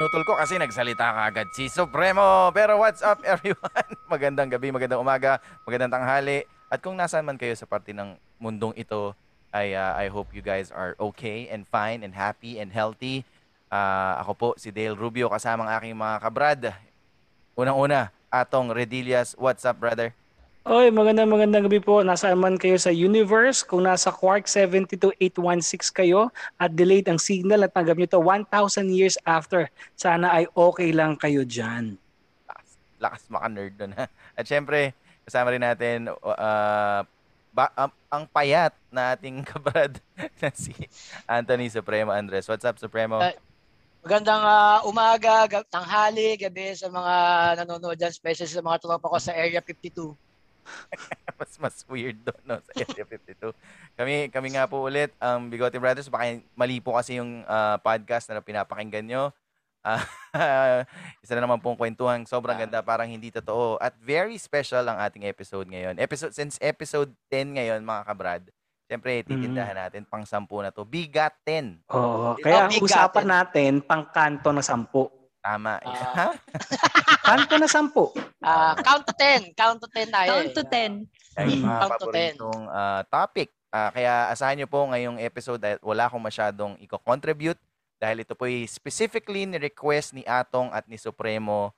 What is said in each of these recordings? Nutol ko kasi nagsalita ka agad si Supremo. Pero what's up everyone? Magandang gabi, magandang umaga, magandang tanghali. At kung nasaan man kayo sa parte ng mundong ito, ay ah, I hope you guys are okay and fine and happy and healthy. Ah, ako po si Dale Rubio kasama ang aking mga kabrad. Unang-una, Atong Redillas. What's up, brother? Oy, magandang magandang gabi po. Nasaan man kayo sa universe, kung nasa Quark 72816 kayo at delayed ang signal at tanggap nyo to 1,000 years after, sana ay okay lang kayo dyan. lakas, lakas maka-nerd nun. ha? At syempre, kasama rin natin uh, ba- ang- ang payat na ating kabrad na si Anthony Supremo Andres. What's up, Supremo? Ay. Magandang ah, umaga, gab- tanghali, gabi sa mga nanonood dyan, especially sa mga tropa ko sa Area 52. mas mas weird doon no, sa Area 52. Kami, kami nga po ulit, ang Bigote Brothers. Baka mali po kasi yung ah, podcast na pinapakinggan nyo. Ah, isa na naman pong kwentuhan. Sobrang ganda, parang hindi totoo. At very special ang ating episode ngayon. Episode, since episode 10 ngayon, mga kabrad, Siyempre, titindahan natin pang sampu na to. Bigat 10. Oo, Di ba, kaya ang bigatin? usapan natin pang kanto na sampu. Tama. Ah. Kanto na sampu. Ah, count to 10, count to 10 tayo. Count to eh. 10. Yan yung mga Count to paboritong ah, topic. Ah, kaya asahan nyo po ngayong episode dahil wala akong masyadong i-contribute dahil ito po ay specifically ni request ni Atong at ni Supremo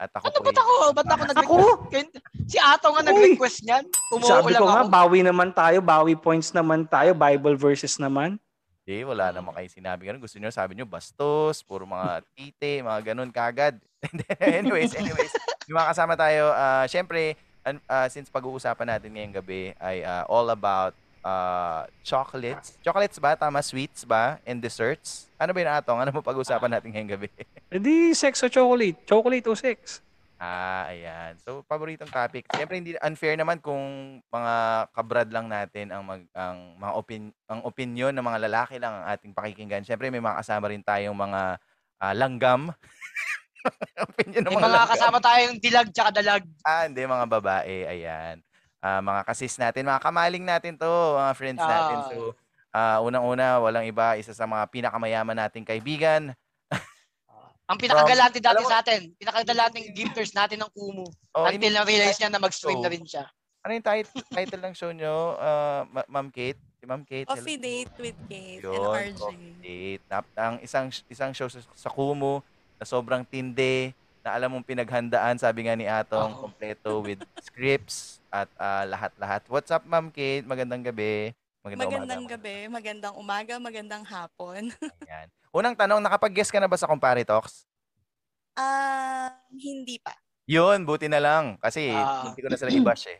at ako Ano po ba't ako? Ba't ako nag-request? Ako? Kayo- Si Ato nga nag-request niyan. Umuulang Sabi ko nga, ako. bawi naman tayo, bawi points naman tayo, Bible verses naman. hindi, wala naman kayo sinabi ganun. Gusto nyo, sabi nyo, bastos, puro mga tite, mga ganun kagad. anyways, anyways, yung mga kasama tayo, ah, syempre, an- ah, since pag-uusapan natin ngayong gabi ay ah, all about ah, chocolates. Chocolates ba? Tama, sweets ba? And desserts? Ano ba yun, Atong? Ano mo pag-uusapan natin ngayong gabi? E di, sex o chocolate? Chocolate o sex? Ah, ayan. So, paboritong topic. Siyempre, hindi unfair naman kung mga kabrad lang natin ang mag ang mga opin, ang opinion ng mga lalaki lang ang ating pakikinggan. Siyempre, may mga kasama rin tayong mga ah, langgam. opinion ng May ano mga, mga langgam. kasama tayong dilag tsaka dalag. Ah, hindi, mga babae. Ayan. Ah, mga kasis natin, mga kamaling natin to, mga friends natin. Ah. So, ah, unang-una, walang iba, isa sa mga pinakamayaman nating kaibigan. Ang pinakagalante dati Alam mo- sa atin, pinakagalanting gifters natin ng Kumu. Oh, ini- Until na-realize niya na mag-stream So, na rin siya. ano yung tit- title ng show nyo, ah, Ma- Ma'am Kate? Si Ma'am Kate. hello Coffee po. Oh, date with Kate and Yun, RJ. coffee date. Nap- ang isang isang show sa, sa Kumu na sobrang tindi, na alam mong pinaghandaan, sabi nga ni Atong, Oh. Oo. kompleto with scripts at ah, lahat-lahat. What's up, Ma'am Kate? Magandang gabi. Magandang umaga. gabi, magandang umaga, magandang hapon. Ayan. Unang tanong, nakapag-guess ka na ba sa Compare Talks? Um, hindi pa. Yun, buti na lang. Kasi Ah. hindi ko na sila i-bash eh.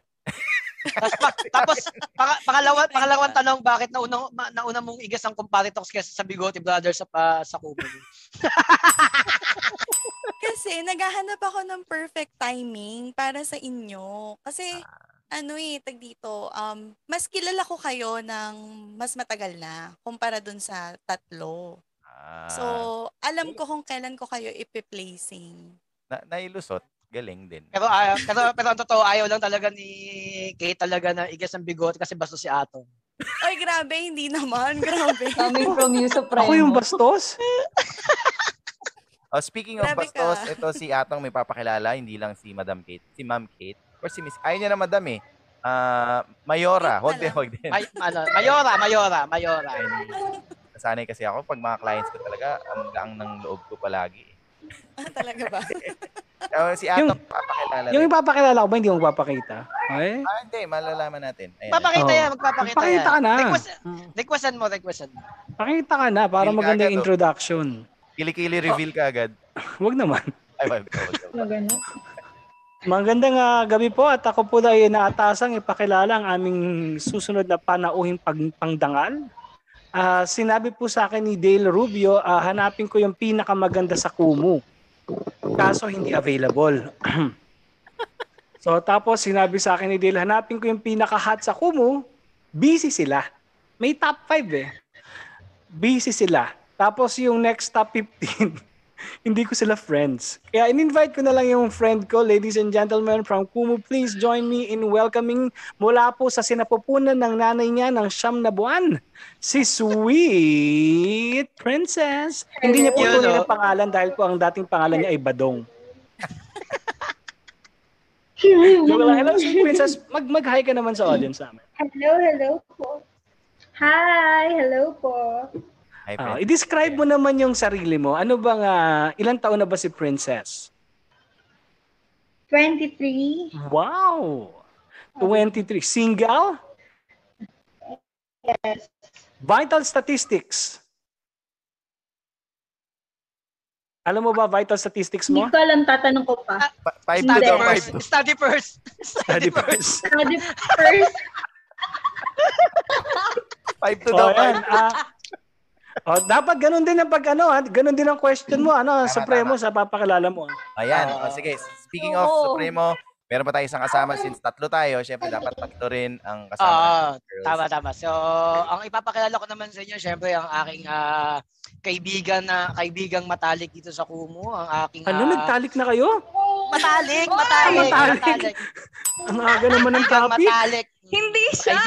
Tapos, pa- tapos paka, pangalawa, pangalawang tanong, bakit naunang, ma- nauna mong igas ang kumpare talks kaysa sa Bigote Brothers sa, pa sa Kumu? Kasi naghahanap ako ng perfect timing para sa inyo. Kasi Ah. ano eh, tag dito, um, mas kilala ko kayo ng mas matagal na kumpara dun sa tatlo. Ah, So, alam ko kung kailan ko kayo ipi-placing. Ah, na, nailusot. Galing din. Pero, ayaw, pero, pero ang totoo, ayaw lang talaga ni Kate talaga na igas ang bigote kasi basto si Ato. Oy, grabe, hindi naman. Grabe. Coming from you, Oh. Supremo. Ako yung bastos? Oh, speaking of Grabe ka. bastos, ito si Atong may papakilala, hindi lang si Madam Kate, si Ma'am Kate, or si Miss, ayun niya na Madam eh, Ah, Mayora, Kate na huwag din, lang. huwag din. May, ano, mayora, mayora, mayora. Nasanay kasi ako, pag mga clients ko talaga, ang laang ng loob ko palagi. Ah, talaga ba? Oh, si Atong papakilala Yung rin. ipapakilala ko ba, hindi mo papakita? Okay? Ah, hindi, malalaman natin. Ayan. Papakita Oo. yan, magpapakita Oh. Pakita yan. ka na. Request, requestan mo, requestan mo. Pakita ka na para Hindi ka maganda agad, yung oh. introduction. Kilikili reveal ka agad. Huwag naman. Ay, wag, wag, wag, Ano wag. ganun? Magandang ah, gabi po at ako po ay naatasang ipakilala ang aming susunod na panauhing pag- pangdangal. Ah, sinabi po sa akin ni Dale Rubio, ah, hanapin ko yung pinakamaganda sa Kumu. Kaso hindi available. so tapos sinabi sa akin ni Dale, hanapin ko yung pinaka-hot sa Kumu. Busy sila. May top 5 eh. Busy sila. Tapos yung next top 15, hindi ko sila friends. Kaya in-invite ko na lang yung friend ko, ladies and gentlemen from Kumu, please join me in welcoming mula po sa sinapupunan ng nanay niya ng siyam na buwan, si Sweet Princess. Hindi niya po Hello. tunay na pangalan dahil po ang dating pangalan niya ay Badong. Joke lang. Hello, Sweet Princess. Mag- mag-hi ka naman sa audience namin. Hello, hello po. Hi, hello po. Hi, Ah, friend. i-describe mo naman yung sarili mo. Ano bang, ah, ilang taon na ba si Princess? 23. Wow! 23. Single? Yes. Vital statistics. Alam mo ba vital statistics Hindi mo? ko alam tatanong ko pa. Pa- five to Study daw, Hindi. five first. to. Study first. Study Study first. first. Study first. Five to daw, Oh, five. yan. Ah, oh, dapat ganun din ang pag ano, ha? ganun din ang question mo, ano, Tama, Supremo, sa papakilala mo. Ayan. Ah. O, sige. Speaking of Oo. Supremo, meron pa tayo isang kasama since tatlo tayo. Siyempre, dapat tatlo rin ang kasama. Ah, ng girls. Tama, tama. So, ang ipapakilala ko naman sa inyo, syempre, ang aking ah, kaibigan na kaibigang matalik dito sa Kumu, ang aking Ano, ah, nagtalik na kayo? matalik, matalik, matalik. matalik, Ang aga naman ng Kaibigang topic. matalik. Hindi siya.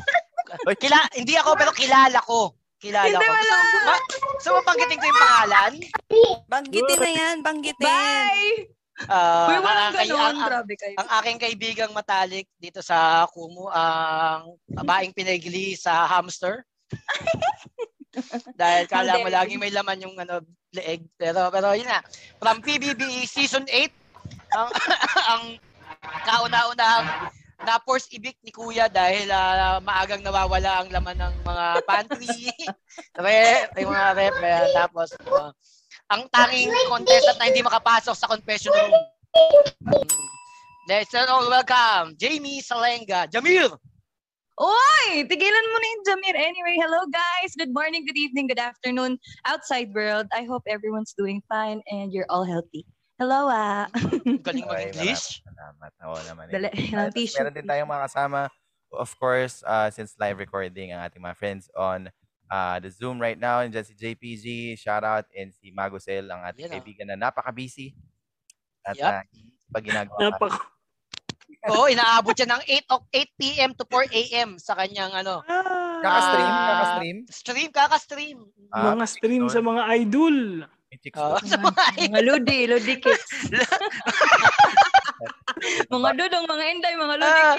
Uy, Kila, hindi ako pero kilala ko. Kilala Hindi, ko. wala. Ma- so, mabanggitin ko yung pangalan. Banggitin na yan, banggitin. Bye! Ah, Uy, walang ang- ang- ganun. ang- Grabe kayo. ang aking kaibigang matalik dito sa Kumu, ang babaeng pinagli sa hamster. Dahil kala mo Ang laging may laman yung ano, leeg. Pero, pero yun na. From PBBE E Season 8, ang, ang kauna-unahang na force ibig ni Kuya dahil ah, maagang nawawala ang laman ng mga pantry, rep, yung mga rep. eh, tapos, ah, ang tanging contestant na hindi makapasok sa confession room. Mm. Let's all welcome Jamie Salenga. Jamil! Oy! Tigilan mo na yung Jamir. Anyway, hello guys! Good morning, good evening, good afternoon, outside world. I hope everyone's doing fine and you're all healthy. Hello ah! Galing Okay, mag-English. Salamat. Oo naman. Dali, Tapos ilang tissue. Meron din tayong mga kasama. Of course, uh, since live recording ang ating mga friends on uh, the Zoom right now. And si JPG, shout out. And si Magosel, ang ating Yun ah. kaibigan na napaka-busy. At Yup. uh, pag ginagawa ka- Napak- Oo, inaabot siya ng 8, o- 8 p.m. to 4 a.m. sa kanyang ano, Kakastream, Ah. kakastream. stream, kaka-stream. Ah, mga stream sa mga idol. may chicks Oo, Ah. doon. sa mga mga ludi, ludi kids. Ah. mga dudong, mga enday, mga ludi Ah,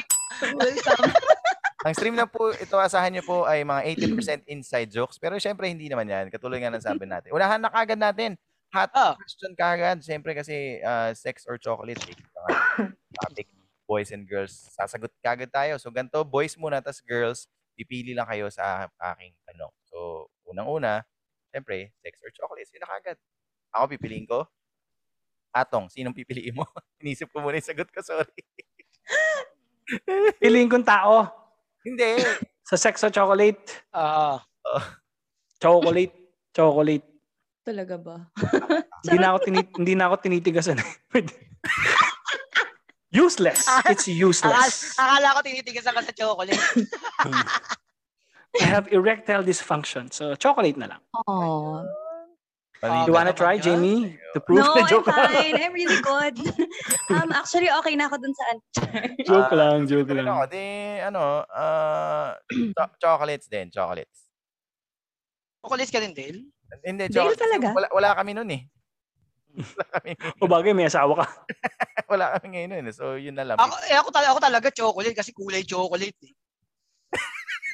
Ang stream lang po, ito asahan niyo po ay mga 80% inside jokes. Pero syempre, hindi naman yan. Katulad nga ng sabi natin. Unahan na kagad natin. Hot Ah. question kagad. Syempre kasi ah, sex or chocolate. Eh. Mga topic boys and girls. Sasagot kagad tayo. So ganito, boys muna, tas girls. Pipili lang kayo sa aking tanong. So, unang-una, syempre, sex or chocolate. Sino kagad? Ako pipiliin ko. Atong, sinong pipiliin mo? Inisip ko muna yung sagot ko, sorry. Piling kong tao Hindi. sa sex o chocolate. ah, Chocolate. Chocolate. Talaga ba? Hindi na ako, tini- hindi na ako tinitigasan. useless. It's akala, useless. akala ko tinitigasan ka sa chocolate. I have erectile dysfunction. So, chocolate na lang. Oh. Mali- You wanna naman try, yun. Jamie? To prove No, na I'm joke lang. fine. I'm really good. Um, actually, okay na ako dun sa joke lang, joke Pero lang. Ano, di, ano, ah, cho- chocolates din, chocolates. Chocolate ka rin, Dale? Hindi, Dale chocolates. talaga? Wala, wala kami nun eh. Wala kami, O bagay, may asawa ka. wala kami ngayon nun eh. So, yun na lang. Ako, eh, ako, talaga, ako talaga chocolate kasi kulay chocolate. Eh.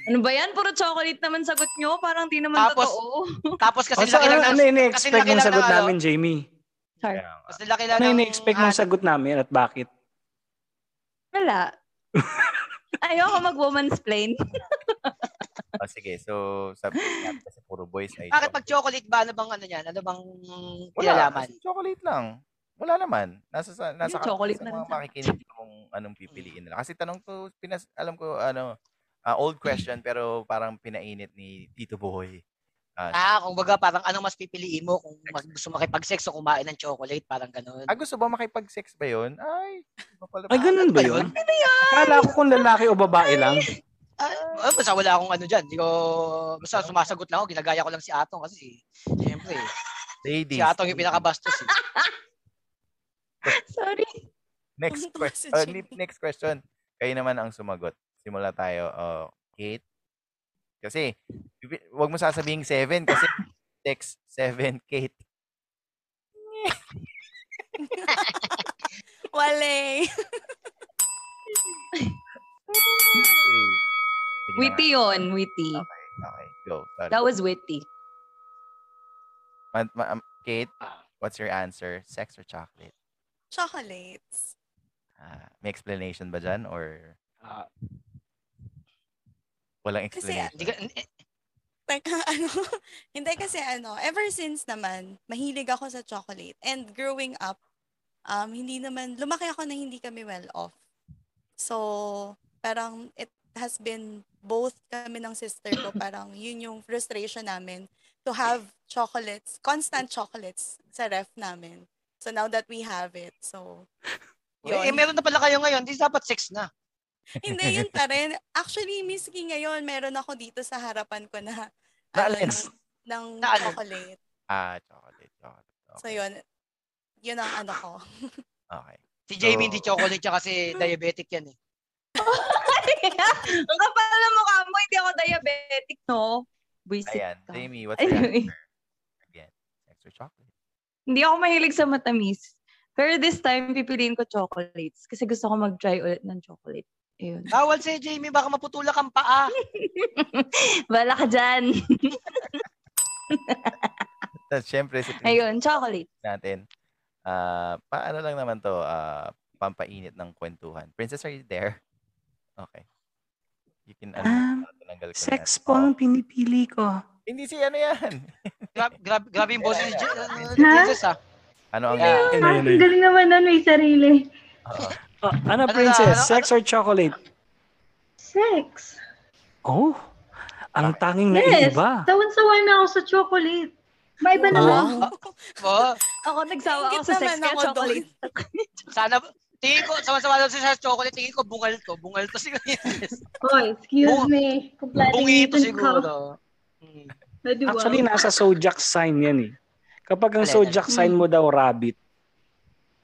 Ano ba yan? Puro chocolate naman sagot nyo. Parang di naman Tapos- totoo. Tapos kasi O, so, laki lang ng... ano, ano kasi ini-expect laki mong lang sagot ng ano. namin, Jamie? Kaya nga. Kasi laki lang Ano ng- ini-expect mong Ah. sagot namin at bakit? Wala. Ayoko mag-woman's plain. Ah, sige, so, sabi nga, kasi puro boys ay... Bakit pag chocolate ba? Ano bang ano yan? Ano bang Wala, kinalaman? kasi chocolate lang. Wala naman. Nasa sa, nasa Yung sa chocolate na mga rin sa- makikinig kung anong pipiliin nila. Kasi tanong to, pinas, alam ko, ano, ah, old question, pero parang pinainit ni Tito Boy. Ah, kung baga parang anong mas pipiliin mo kung mag, gusto makipag-sex o kumain ng chocolate, parang ganun. Ah, gusto ba makipag-sex ba yun? Ay, iba pala Ay, ganun ba yun? Kala ko kung lalaki o babae lang. Ah, ah, basta wala akong ano dyan. Hindi ko, basta sumasagot lang ako. Ginagaya ko lang si Atong kasi, siyempre. Ladies. Si Atong yung pinakabastos. eh. Sorry. Next Ang tuwa si question. Jenny. next question. Kayo naman ang sumagot. Simula tayo. Oh, Kate. Kasi, ibi- wag mo sasabing seven kasi text seven, Kate. Wale. Sige na Witty nga. yun, witty. Okay, okay. Go. Sorry. That was witty. Ma- ma- um, Kate, what's your answer? Sex or chocolate? Chocolates. Ah, may explanation ba dyan or Ah. walang Kasi, explanation? Hindi ka- eh, Teka, ano? Hindi kasi ano, ever since naman, mahilig ako sa chocolate. And growing up, um, hindi naman, lumaki ako na hindi kami well off. So, parang it has been both kami ng sister ko, parang yun yung frustration namin to have chocolates, constant chocolates sa ref namin. So now that we have it, so Eh, eh, meron na pala kayo ngayon. Di dapat six na. hindi, yun pa rin. Actually, miski ngayon, meron ako dito sa harapan ko na ano, Naalala. ng, ng Naalala. chocolate. Ah, chocolate. chocolate. So Okay. yun, yun ang ano ko. Okay. Si Jamie hindi So- chocolate siya kasi diabetic yan eh. Ang kapal na mukha mo, hindi ako diabetic, no? Buisit Ayan. ka. Jamie, what's your Anyway. answer? Again, sex or chocolate? Hindi ako mahilig sa matamis. Pero this time, pipiliin ko chocolates. Kasi gusto ko mag-try ulit ng chocolate. Ayun. Bawal si Jamie, baka maputulak ang paa. Bala ka dyan. Tapos syempre, sa Ayun. Ayun, chocolate. natin, ah, paano lang naman to, ah, pampainit ng kwentuhan. Princess, are you there? Okay. You can, ano, Um, tinanggal ko na Sex yan. po Oh, ang pinipili ko. Hindi si ano yan. Grab, grab, grabe yung boses ni Ja- Yeah. ni Princess ah. Ano ang... Yeah. Ah, ang galing naman nun, may sarili. Oo. Ah, ano, Ano princess? na, ano, sex or chocolate? Sex. Oh, ang tanging Yes. naiiba. Sawan-sawa na ako sa chocolate. May iba naman. Wow. Oo. Ako, nagsawa ako Ingit sa sex naman kaya ako chocolate. Sana, tingin ko, sama-sama lang siya sa chocolate, tingin ko bungal to. Bungal to siguro. Yes. Oh, excuse Bung- me. Bungi Complaining to siguro. Hmm. Actually, nasa zodiac sign yan eh. Kapag ang Alin? zodiac sign mo daw rabbit,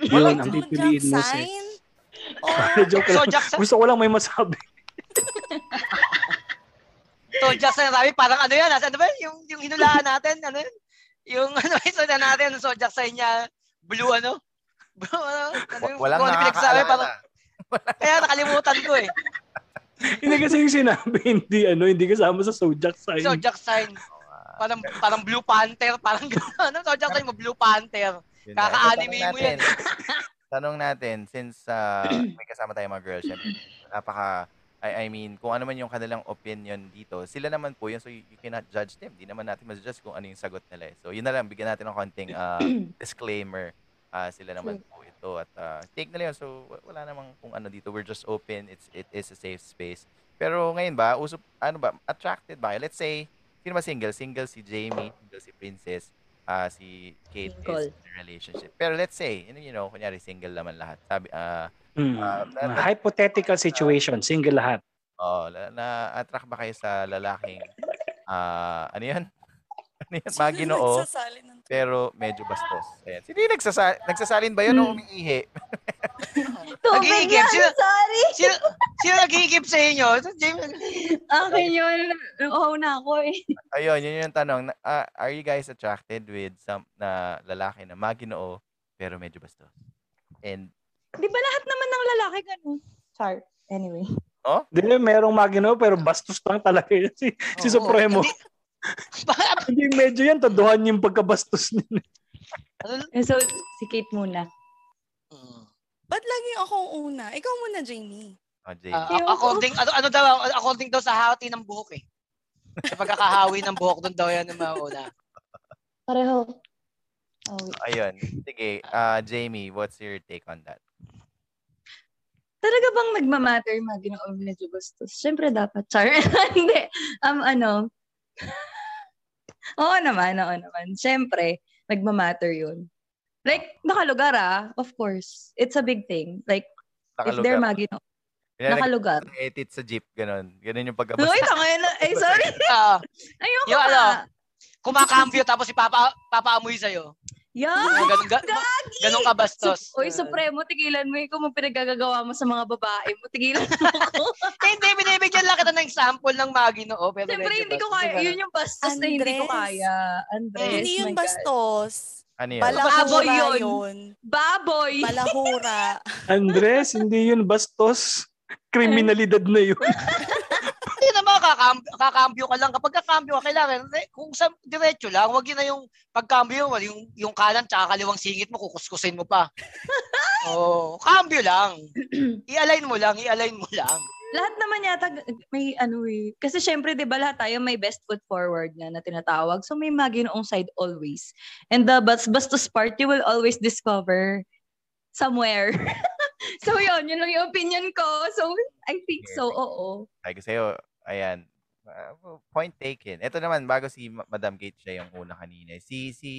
yun ang pipiliin mo sex. Oh, Joke So, lang. Jackson, Gusto ko lang may masabi. to Jackson Rabi, parang ano yan, nasa- ano ba yun? yung, yung hinulaan natin, ano yun? Yung ano, isa na natin, so Jackson niya, blue ano? Blue ano? ano Wa- yung- Walang kung ano pinagsasabi, parang, nakakaalala. kaya nakalimutan ko eh. hindi kasi yung sinabi, hindi ano, hindi kasama sa zodiac sign. So, Jack sign. Ah, Parang, parang Blue Panther. Parang gano'n. Ano? So, Jack sign mo, Blue Panther. Yun na. Kaka-anime Tanong mo yan. natin- Tanong natin, since ah, may kasama tayo mga girls, syempre, napaka, I, I mean, kung ano man yung kanilang opinion dito, sila naman po yun, so you, you cannot judge them. Di naman natin mas-judge kung ano yung sagot nila. eh. So, yun na lang, bigyan natin ng konting ah, disclaimer. Ah, sila naman po ito at ah, take nila yun. So, wa- wala namang kung ano dito. We're just open. It's, it is a safe space. Pero ngayon ba, usop, ano ba, attracted ba? kayo? Let's say, sino ba single? Single si Jamie, single si Princess, ah, si Kate is Single. in a relationship. Pero let's say, you know, you know, kunyari single naman lahat. Sabi, ah, Hmm. Ah, that- that- hypothetical situation, single lahat. oh, la- na-attract ba kayo sa lalaking, ah, ano yun? Ano yun? Maginoo, Nagsasali ng- pero medyo bastos. Ayan. Sino yung nagsasa- nagsasalin ba yun o Hmm. umiihi? Tubig Nag-iigib lang, sila. sorry. Sino, sino nag-iigip sa inyo? So, James, Akin yun. Oo na ako eh. Ayun, yun yung tanong. na- ah, are you guys attracted with some na lalaki na maginoo pero medyo bastos? And Di ba lahat naman ng lalaki ganun? Char. Anyway. Hindi, merong magino pero bastos lang talaga yun. Si, si Oo. Supremo. Hindi- Ba- Hindi medyo yan, taduhan yung pagkabastos niya. Ano- Eh, So, si Kate muna. Ba't lagi akong una? Ikaw muna, Jamie. oh, Jay, Ah, according, ano, ano daw, according daw sa hati ng buhok eh. Sa pagkakahawi ng buhok, doon daw yan ang mauna. Pareho. Oh, wait. ayun. Sige, ah, Jamie, what's your take on that? Talaga bang nagmamatter yung mga ginawa mo medyo bastos? Siyempre dapat, char. Hindi. Um, ano? oo naman, oo naman. Siyempre, nagmamatter yun. Like, nakalugar ah, of course. It's a big thing. Like, if they're Nakalugar. magino, Nakalugar. nakalugar. Edit sa jeep, ganun. Ganun yung Uy, pagkabastos. tanga na. Ay, sorry. Ah, Ayoko Yung na. ano, kumakambyo tapos si Papa, papaamoy sa'yo. Yeah! Ganun, ga, Gagi! ganun ka bastos. Uy, Supremo, tigilan mo eh. Kung mga pinagagagawa mo sa mga babae mo, tigilan mo ako. Eh, Hindi, binibigyan lang kita ng example ng Magi noo. Pero Siyempre, medyo hindi ko bastos. kaya. Yun yung bastos na hindi ko Andres. kaya. Andres, Hindi yun my God. bastos. Ano yun? Balahura Baboy yun. yun. Baboy! Balahura. Andres, hindi yun bastos. Kriminalidad na yun. Hindi naman, kakam- kakambyo ka lang. Kapag kakambyo ka, kailangan, eh, kung sa diretso lang, wag yun na yung pagkambyo, wag yung, yung kanan tsaka kaliwang singit mo, kukuskusin mo pa. Oo, oh, kambyo lang. I-align mo lang, i-align mo lang. lahat naman yata may ano eh. Kasi syempre, di ba lahat tayo may best foot forward na, na tinatawag. So may maginoong side always. And the bas bastos part you will always discover somewhere. so yun, yun lang yung opinion ko. So I think so, oo. Sabi ko sa'yo, ayan. Ah, point taken. Ito naman, bago si Ma- Madam Kate siya yung una kanina. Si, si,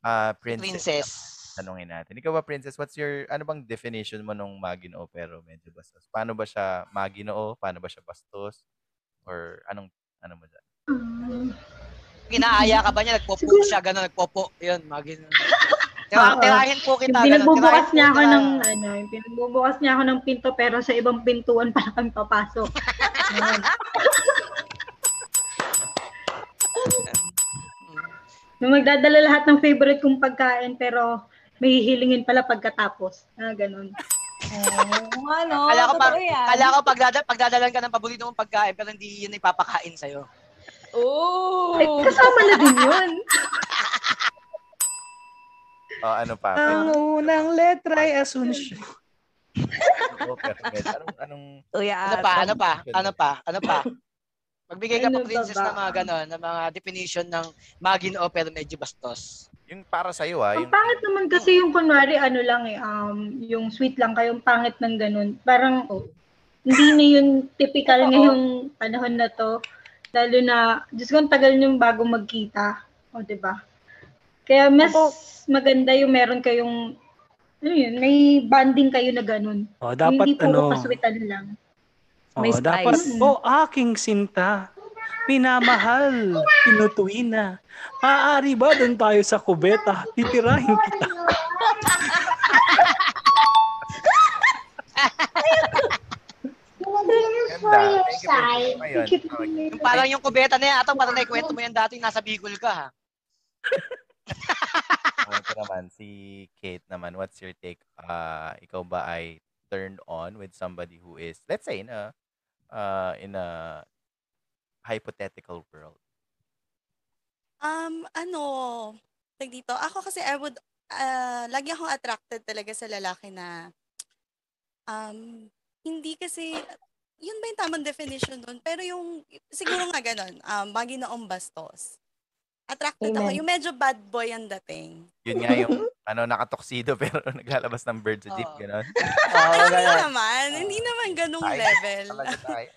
ah princess. Princess. Tanungin natin. Ikaw ba, princess, what's your, ano bang definition mo nung maginoo pero medyo bastos? Paano ba siya maginoo? Paano ba siya bastos? Or anong, ano mo dyan? Mm. Ginaaya ka ba niya? Nagpopo Siguro- siya, gano'n, nagpopo. Yun, Magi noo. Tira, Oo. tirahin po Yung kita. ganun, tirahin pinagbubukas po niya ako kita. ng ano, yung pinagbubukas niya ako ng pinto pero sa ibang pintuan para kami papasok. Ayun. Mm. Yung magdadala lahat ng favorite kong pagkain pero may hihilingin pala pagkatapos. Ah, ganun. Oo, ano, Oh, Kala ko pa- totoo yan. Kala ko pagdada, pagdadalan ka ng paborito mong pagkain pero hindi yun ipapakain sa'yo. Ay, Oo. kasama na din yun. Oh, ano pa? Ang unang letra ay Asunsyon. Maginoo pero medyo, anong, anong, Uy, Ano ah, pa? tama. Ano pa? Ano pa? Ano pa? Magbigay ka Ano pa princess ba ba? ng mga gano'n, ng mga definition ng Maginoo pero medyo bastos. yung para sa'yo ah. Ang Yung, pangit naman kasi yung kunwari ano lang eh, um, yung sweet lang kayong pangit ng ganun. Parang oh, hindi na yun Oo. typical ngayong panahon na to. Lalo na, Diyos ko, ang tagal nyo bago magkita. O, di ba? Kaya mas maganda yung meron kayong, ano yun, may bonding kayo na ganun. Oh, hindi dapat po ano. kasweetan lang. May oh, dapat spice. oh, aking sinta. Pinamahal, pinutuina. Maaari ba doon tayo sa kubeta? Titirahin kita. ganda. Thank you, princess. Ano yun? Tawag- Yung parang yung kubeta na yan, atong parang naikwento mo yan dati, nasa Bicol ka ha. Oh, ito naman, si Kate naman, what's your take? Uh, ikaw ba ay turned on with somebody who is, let's say, in a, uh, in a hypothetical world? Um, ano, tag dito, ako kasi I would, ah, lagi akong attracted talaga sa lalaki na, um, hindi kasi, yun ba yung tamang definition nun? Pero yung, siguro nga ganun, um, maginoong bastos. Attracted ako. Amen. Yung medyo bad boy ang dating. Yun nga yung, ano, nakatoksido pero naglalabas ng bird sa jeep, Oo. gano'n. Oo, Oh, Pero hindi ganun. naman, hindi naman ganung Ay, level. Talaga tayo.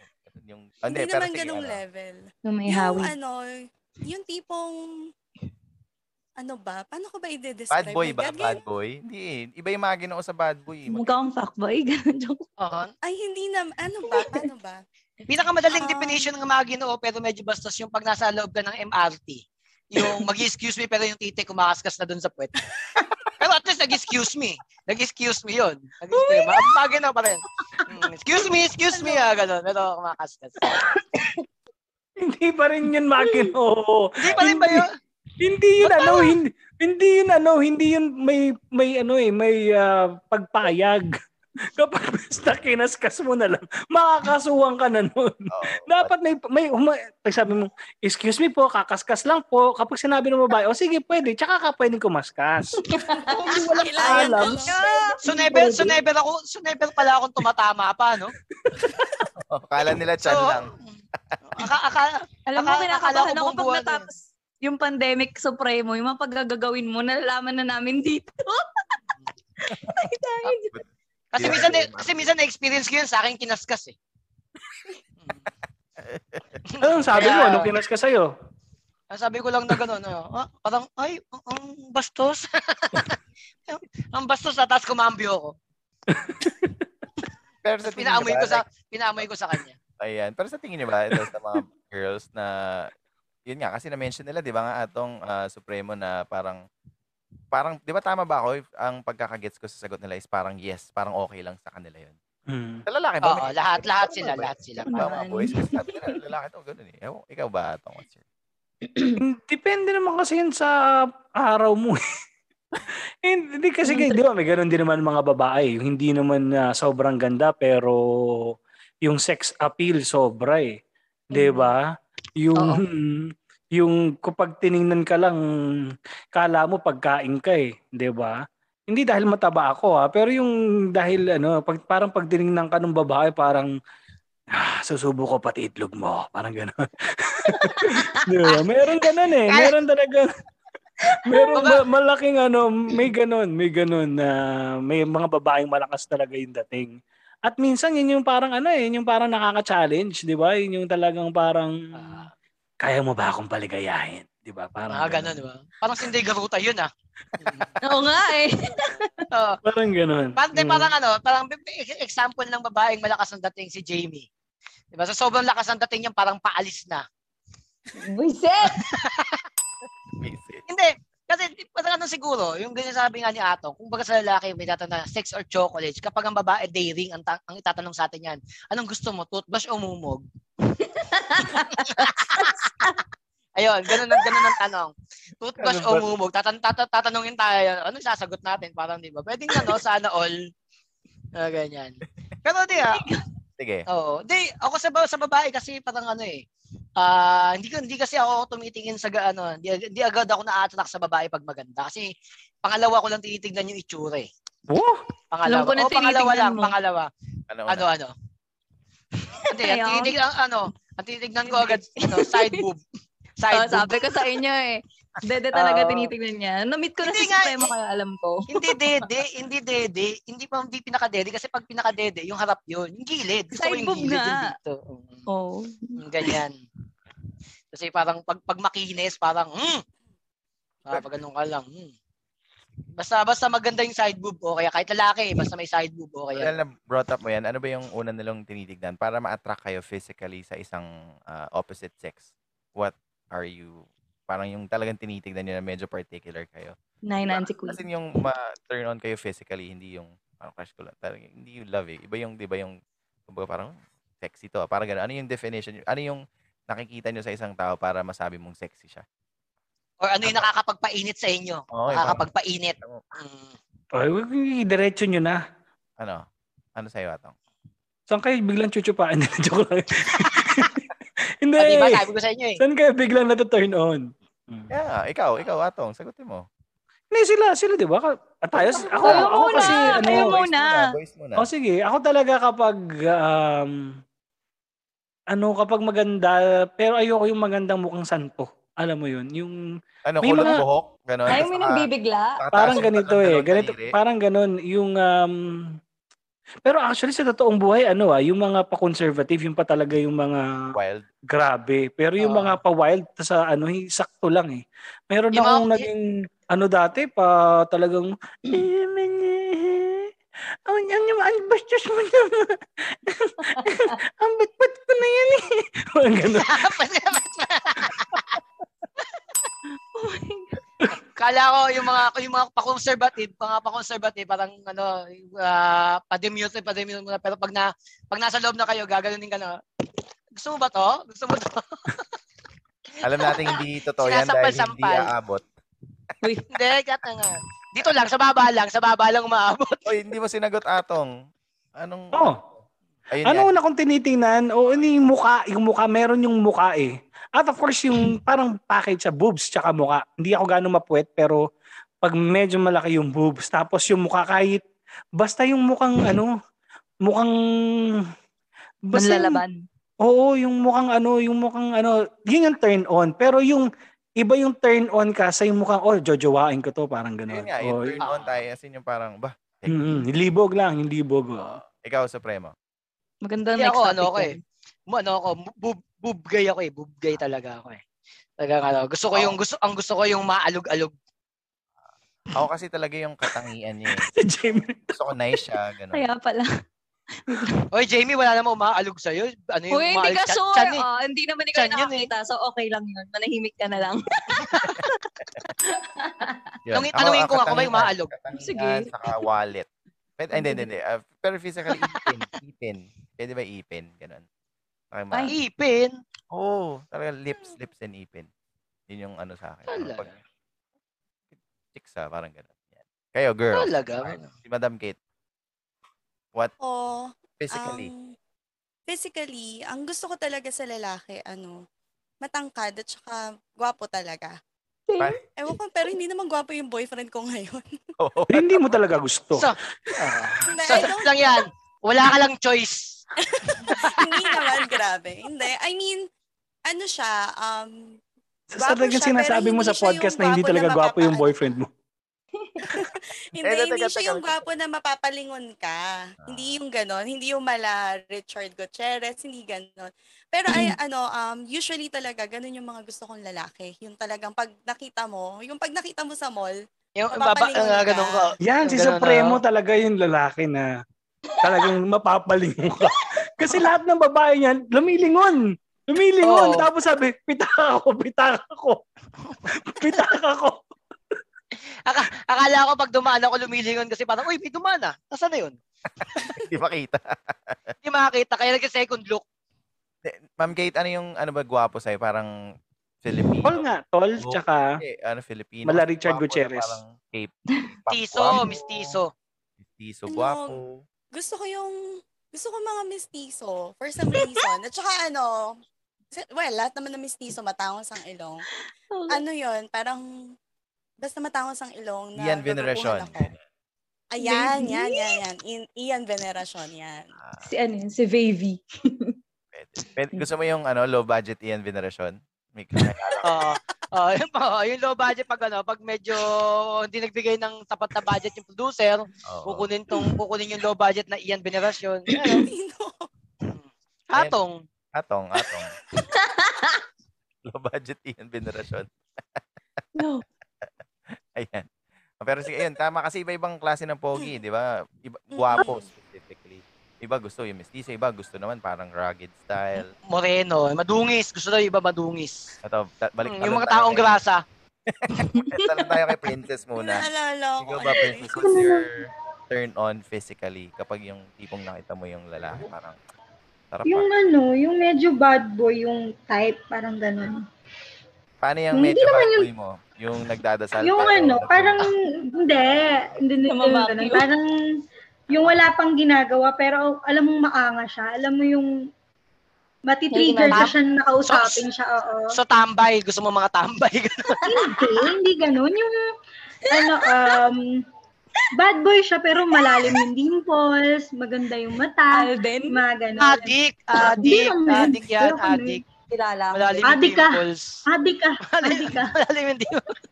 Yung, ah, Hindi pero naman sige, ganung ano, level. may Yung hawi. ano, yung tipong, ano ba? Paano ko ba Bad i-describe? boy My ba? God, Bad boy? Hindi eh. Iba yung mga ginoo sa bad boy. eh. Mag- Mukha kang fuckboy. Ganun joke. Oo. Ay, hindi na. Ano ba? Paano ba? Pinakamadaling Um, definition ng Maginoo pero medyo bastos yung pag nasa loob ka ng MRT. Yung mag-excuse me pero yung titi kumakaskas na dun sa puwet. pero at least nag-excuse me. Nag-excuse me yun. Nag-excuse me. Ma- Maginoo pa rin. Mm, excuse me, excuse me. Ah, ganun. Pero kumakaskas. Hindi pa rin yun maginoo. Hindi pa rin ba yun? Hindi yun ano, hindi, hindi yun ano, hindi yun may may ano eh, may ah, pagpayag. Kapag basta kinaskas mo na lang, makakasuwang ka na nun. Oo. Dapat may, may huma, pag sabi mo, excuse me po, kakaskas lang po. Kapag sinabi ng babae, o sige, pwede, tsaka ka pwedeng kumaskas. Hindi walang Kailangan alam. lang. So never, so never ako, so never pala akong tumatama pa, no? Oh, Kala nila chan So, lang. Aka, aka, Alam mo, Akala- akala ko kinakabahan ako buong pag buwan eh. natapos yung pandemic supremo, yung mga paggagawin mo, nalalaman na namin dito. Ay, tayo. kasi Yeah. minsan, kasi minsan na-experience ko yun sa akin kinaskas eh. Hmm. Anong sabi mo? Kaya- Anong kinaskas sa'yo? Ang sabi ko lang na gano'n, ano, ah, parang, ay, ang- ang bastos. ang bastos na, tapos kumambyo ako. Pero sa Tapos tingin nyo pinaamoy ba, ko sa, pinaamoy ko sa kanya. like, ayan. Pero sa tingin nyo ba, ito sa mga girls na yun nga, kasi na-mention nila, di ba nga, atong ah, Supremo na parang, parang, di ba tama ba ako, if ang pagkakagets ko sa sagot nila is parang yes, parang okay lang sa kanila yun. Mm. Sa lalaki ba? Oo, may- lahat, lahat Tama sila, ba? lahat sila. Tama ba, Naman. boys? Kasi sabi nila, lalaki to, ganun eh. Ewan, ikaw ba, atong what's your... Hmm, Depende naman kasi yun sa araw mo. eh. hindi kasi, kay- di ba, may ganun din naman mga babae. Yung Hindi naman na sobrang ganda, pero yung sex appeal sobra eh. Di ba? Yung, yung kapag tiningnan ka lang, kala mo pagkain ka eh. Di ba? Hindi dahil mataba ako ha, pero yung dahil ano, pag, parang pag tiningnan ka ng babae, parang ah, susubo ko pati itlog mo. Parang gano'n. Diba? Meron ganun eh. Meron talaga. Meron ma- malaking ano, may ganun, may ganun na may mga babaeng malakas talaga yung dating. At minsan yun yung parang ano eh, yun yung parang nakaka-challenge, 'di ba? Yun yung talagang parang Ah. kaya mo ba akong paligayahin, 'di ba? Parang Mga ganun, Ah, di ba? Parang sindi garuta yun, ah. Mm. Oo nga eh. Oo. Parang ganun. Parang, di, Mm. parang ano, parang b- b- example ng babaeng malakas ang dating si Jamie. Di ba? So, sobrang lakas ang dating niya, parang paalis na. Buisit! Visit. Hindi, kasi di- parang ano siguro, yung ganyan sabi nga ni Ato, kung baga sa lalaki may tatanong na sex or chocolate, kapag ang babae daring, ang, ta- ang itatanong sa atin yan, anong gusto mo, toothbrush o mumog? Ayun, ganun ang ganun ang tanong. Toothbrush Ano ba? o mumog? Tatan tata- tatanungin tayo, anong sasagot natin? Parang di ba? Pwedeng ano, sana all. Ah, ganyan. Pero di ah, Sige. Oo. Di, ako sa, ba- sa babae kasi parang ano eh. Ah, hindi ko hindi kasi ako tumitingin sa ga- ano, hindi, ag- hindi agad ako na-attract sa babae pag maganda kasi pangalawa ko lang tinitignan yung itsura eh. Wow! Pangalawa. Alam ko na Oo, pangalawa tinitignan lang, mo. pangalawa. Ano, Ano ano? ano. Hindi, ang Ayaw. tinitignan ang ano, ang tinitignan ko agad ano, side boob. Oh, Side boob. sabi ko sa inyo eh. Dede talaga Oo. tinitignan niya. Na-meet ko na Hindi si nga, Supremo eh. kaya alam ko. hindi dede, hindi dede, hindi pa hindi pinakadede kasi pag pinakadede, yung harap yun, yung gilid. Gusto ko Side yung boob gilid, nga. yung dito. Oo. Oh. Mm, Ganyan. Kasi parang pag, pag makinis, parang, hmm, ah, pag ganun ka lang, hmm. Basta, basta maganda yung side boob, okay. Kahit lalaki, basta may side boob, okay. Dahil na brought up mo yan, ano ba yung una nilang tinitignan para ma-attract kayo physically sa isang ah, opposite sex? What are you, parang yung talagang tinitignan nyo na medyo particular kayo. Nine Nancy Queen. Kasi yung ma-turn on kayo physically, hindi yung parang crush ko lang. Talagang, hindi yung love eh. Iba yung, di ba yung, kumbaga parang sexy to. ah, Parang gano'n. Ano yung definition? Ano yung nakikita nyo sa isang tao para masabi mong sexy siya? Or ano yung nakakapagpainit sa inyo? Okay, parang, Nakakapagpainit. Mm. Ay, wag- diretso nyo na. ano? Ano sa'yo, Atong? Saan kayo biglang chuchupain nila? Joke lang. Hindi. Ah, diba, sabi ko sa inyo eh. Saan kayo biglang nata-turn on? Yeah, ikaw, ikaw, Atong. Sagutin mo. Hindi sila, sila 'di ba? Ka- At tayo, ako, Kayo ako muna, kasi ano, kayo Boys muna. Boys muna. O sige, ako talaga kapag um, ano kapag maganda, pero ayoko yung magandang mukhang santo. Alam mo 'yun, yung Ano, May kulot mga- buhok? Ganon. Ayaw Ah. Tas mo naka- nang bibigla. nakataas parang yung ganito dalawang eh, dalawang ganito, daliri. parang ganun yung um, pero actually sa totoong buhay ano ah, yung mga pa-conservative, yung pa talaga yung mga Wild. Grabe. Pero yung Oo. mga pa-wild sa ano, hi- sakto lang eh. Meron Yung akong mga- naging ano dati pa talagang "Eh, man, eh, ang ang yung ang bastos mo naman. ang batbat ko na yan eh. Parang ganun. Oh Kala ko yung mga yung mga pa-conservative, mga pa-conservative parang ano, uh, pa-demute, pa-demute muna pero pag na pag nasa loob na kayo, gaganunin ka na. Gusto mo ba 'to? Gusto mo 'to? Alam natin hindi totoo yan dahil hindi Sinasampal-sampal. aabot. Hindi, kaya nga. Dito lang sa baba lang, sa baba lang umaabot. Oy, hindi mo sinagot atong. Anong Oh. Ayun Ano yan. una kong tinitingnan? O ano yung mukha, yung mukha, meron yung mukha eh. At of course, yung parang package sa boobs tsaka mukha. Hindi ako gano'ng mapuwet pero pag medyo malaki yung boobs, tapos yung mukha kahit, basta yung mukhang Hmm. ano, mukhang, basta yung- Manlalaban. oo, yung mukhang ano, yung mukhang ano, yun yung turn on. Pero yung, iba yung turn on ka sa yung mukhang, oh, jojowain ko to, parang Ayun gano'n. nga, yung Oh, turn on tayo. As in yung parang, bah, mm, mm, libog lang, yung libog. oh. ikaw, Supremo. Magandang Hindi next ako, ano topic ako eh. yan. Mo ano ako, boob, boob gay ako eh. Boob gay talaga ako eh. Talaga ano, gusto ko Oh. yung gusto ang gusto ko yung maalog-alog. Ako kasi talaga yung katangian niya. eh. Si Jamie. Gusto ko nice siya, ganun. Kaya pala. Oy, Jamie, wala namang umaalog sa'yo. Ano yung Uy, hindi umaalig- ka chan- sure. chan eh. ah. hindi naman ikaw Chan yun eh. nakakita. So, okay lang yun. Manahimik ka na lang. Yun. Tangi- tanungin ko nga kung may katangian, umaalog. katangian, Sige. Saka wallet. Pero, ay, hindi, hindi, hindi. Ah, pero physically, ipin. ipin. Pwede ba ipin? Ganun. Okay, ma- Ay. Ipin. Oo, oh, talaga lips, lips and ipin. Yun yung ano sa akin. Ano, Talaga. chicks ha, parang ganun. Yan. Kayo, girl. Talaga. Si Madam Kate, O, physically. um, physically, ang gusto ko talaga sa lalaki, ano, matangkad at saka gwapo talaga. Pa- Ewan ko, pero hindi naman gwapo yung boyfriend ko ngayon. Ah. Oo. Pero hindi mo talaga gusto. So, ah. Hindi, so, I don't- lang yan. Wala ka lang choice. hindi naman, grabe. Hindi, I mean, ano siya, um, Sa Gwapo talagang siya, pero sinasabi mo hindi sa siya yung podcast na hindi gwapo na talaga gwapo yung mapapaan. boyfriend mo. Hindi, Eh, teka, hindi teka, siya yung teka. gwapo na mapapalingon ka. Ah. Hindi yung ganon. Hindi yung mala Richard Gutierrez, hindi ganon. Pero ay, Mm. ano, um, usually talaga, ganon yung mga gusto kong lalaki. Yung talagang pag nakita mo, yung pag nakita mo sa mall, Yung baba, uh, Mapapalingon ka. ganun ka. Yan, si Ganun, Supremo ah. talaga yung lalaki na talagang mapapaling mo ka. Kasi lahat ng babae niyan, lumilingon. Lumilingon. Oo. Tapos sabi, pitaka ko, pitaka ko. pitaka ko. Aka- akala ko pag dumaan ako lumilingon kasi parang, uy, may dumaan ah. Nasaan na yun? Hindi makita. Hindi makakita. Kaya nag-second look. Ma'am Kate, ano yung ano ba gwapo sa'yo? Parang Filipino. Tol nga, tol. Oo. Tsaka, Eh, ano, Filipino. Mala Kasi Richard gwapo na Gutierrez. Parang Cape. Tiso, Miss Tiso. Tiso, Ano? gwapo. gusto ko yung, gusto ko mga mistiso for some reason. At saka ano, si- well, lahat naman ng mistiso, matangos ang ilong. Ano yon parang, basta matangos ang ilong na Ian naguguhan Veneracion. ako. Ayan, Baby. yan, yan, yan. In- Ian Veneracion, yan. Si ano yun, si Baby. Pwede. Pwede. Gusto mo yung ano, low budget Ian Veneracion? May kakilala. Oo. Ah, yun pa, yung low budget pag ano, pag medyo hindi nagbigay ng sapat na budget yung producer, Oo. kukunin tong kukunin yung low budget na Ian Veneracion. Sino? Hatong. Atong, atong. low budget Ian Veneracion. No. Ayan. Ah, Pero sige, ayun, tama kasi iba-ibang klase ng pogi, di ba? Iba, guwapo specifically. Iba gusto yung mestizo, iba gusto naman parang rugged style. Moreno, madungis, gusto daw yung iba madungis. Ito, ta- balik eh. Hmm, yung mga tayo taong kay- grasa. Talon tayo kay Princess muna. Naalala ko. Ikaw eh, ba, Ay, Princess, what's your turn on physically kapag yung tipong nakita mo yung lalaki parang sarap Yung ah. ano, yung medyo bad boy, yung type, parang ganun. Paano yung Hindi medyo naman baboy mo? Yung nagdadasal? yung tayo, ano, nag- parang, hindi, hindi, hindi, Namamaki yung ganun. yun. Parang, yung wala pang ginagawa, pero alam mong maanga siya, alam mo yung, matitrigger Yung ka siya na kausapin siya, oo. So tambay, gusto mo mga tambay. Hindi, hindi ganun. Yung, ano, um, bad boy siya pero malalim yung dimples, maganda Ah. yung mata, Alden, mga ganun. adik, adik, adik yan, adik. kilala ko. Malalim yung Adik ka. dimples. Adik ka, adik ka. Malalim yung dimples.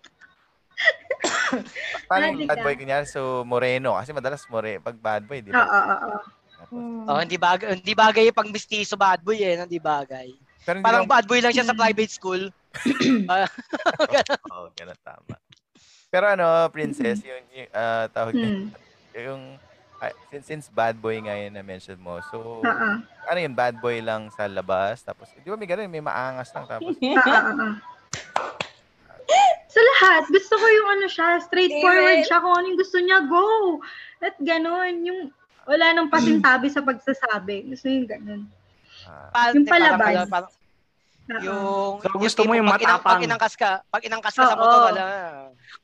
Paano yung Nalika. bad boy kunyari? So, moreno. Kasi madalas more, pag bad boy, di Oo, ba? oo, oo. Tapos- Oh, hindi bagay, hindi bagay yung pang mistiso bad boy eh, no? hindi bagay. Pero hindi Parang naman- bad boy lang siya sa private school. Oo, Oh, ganun, tama. Pero ano, princess, Mm-hmm. yung, yung ah, tawag Hmm. niya, yung, ah, since, since bad boy nga yun na-mention mo, so, Oo, ano yun, bad boy lang sa labas, tapos, di ba may ganun, may maangas lang, tapos, oo, oo. ah, Sa lahat, gusto ko yung ano siya, Amen. straightforward siya kung ano yung gusto niya, go! At ganun, yung wala nang pasintabi sa pagsasabi. Gusto yung ganun. ah, Pa- Yung parang- palabas. Ah, Parang, parang, Oo. yung, So, gusto tipong mo yung pag inang- matapang. Pag inangkas ka, pag inangkas ka sa Ah, Oo. motor, wala.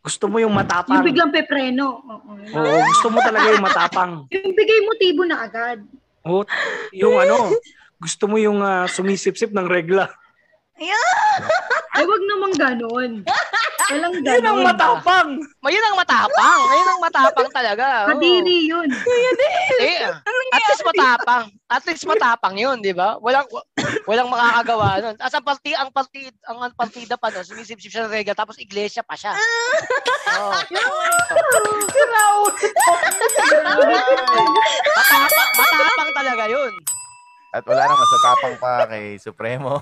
gusto mo yung matapang. Yung biglang pepreno. Oo. Oo, gusto mo talaga yung matapang. Yung bigay mo tibo na agad. Oo, yung ano, gusto mo yung ah, sumisipsip ng regla. Ay, Eh, wag naman ganun. Walang ganun. Yun ang matapang! Ma, yun ang matapang. Yun ang matapang talaga. oo. Kadiri yun. Eh, at least matapang. At least matapang yun, di ba? Walang, wa- walang makakagawa nun. As ang parti, ang parti, ang, ang partida pa nun, sumisipsip siya ng rega, tapos iglesia pa siya. Oo. Ah! matapang, matapang talaga yun. at wala nang masatapang pa kay Supremo.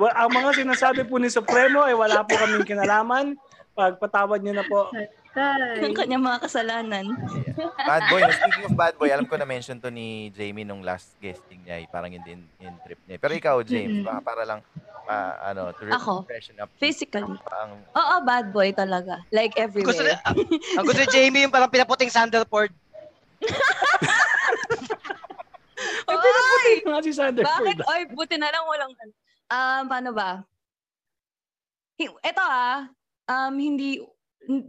Well, ang mga sinasabi po ni Supremo ay wala po kaming kinalaman. Pagpatawad niyo na po. Tay. Ang kanyang mga kasalanan. Bad boy. Speaking of bad boy, alam ko na-mention to ni Jamie nung last guesting niya. eh. Parang yun din yung trip niya. Pero ikaw, James, Mm-mm. baka para lang, ah, ano, to re- Ako? freshen up. Physically. Ang, Oo, bad boy talaga. Like everywhere. Gusto ni, ang, ang gusto ni Jamie yung parang pinaputing Sanderford. Oy! Ito nga si Bakit? Sandeford. Oy, buti na lang walang... Um, paano ba? Ito ah, um, hindi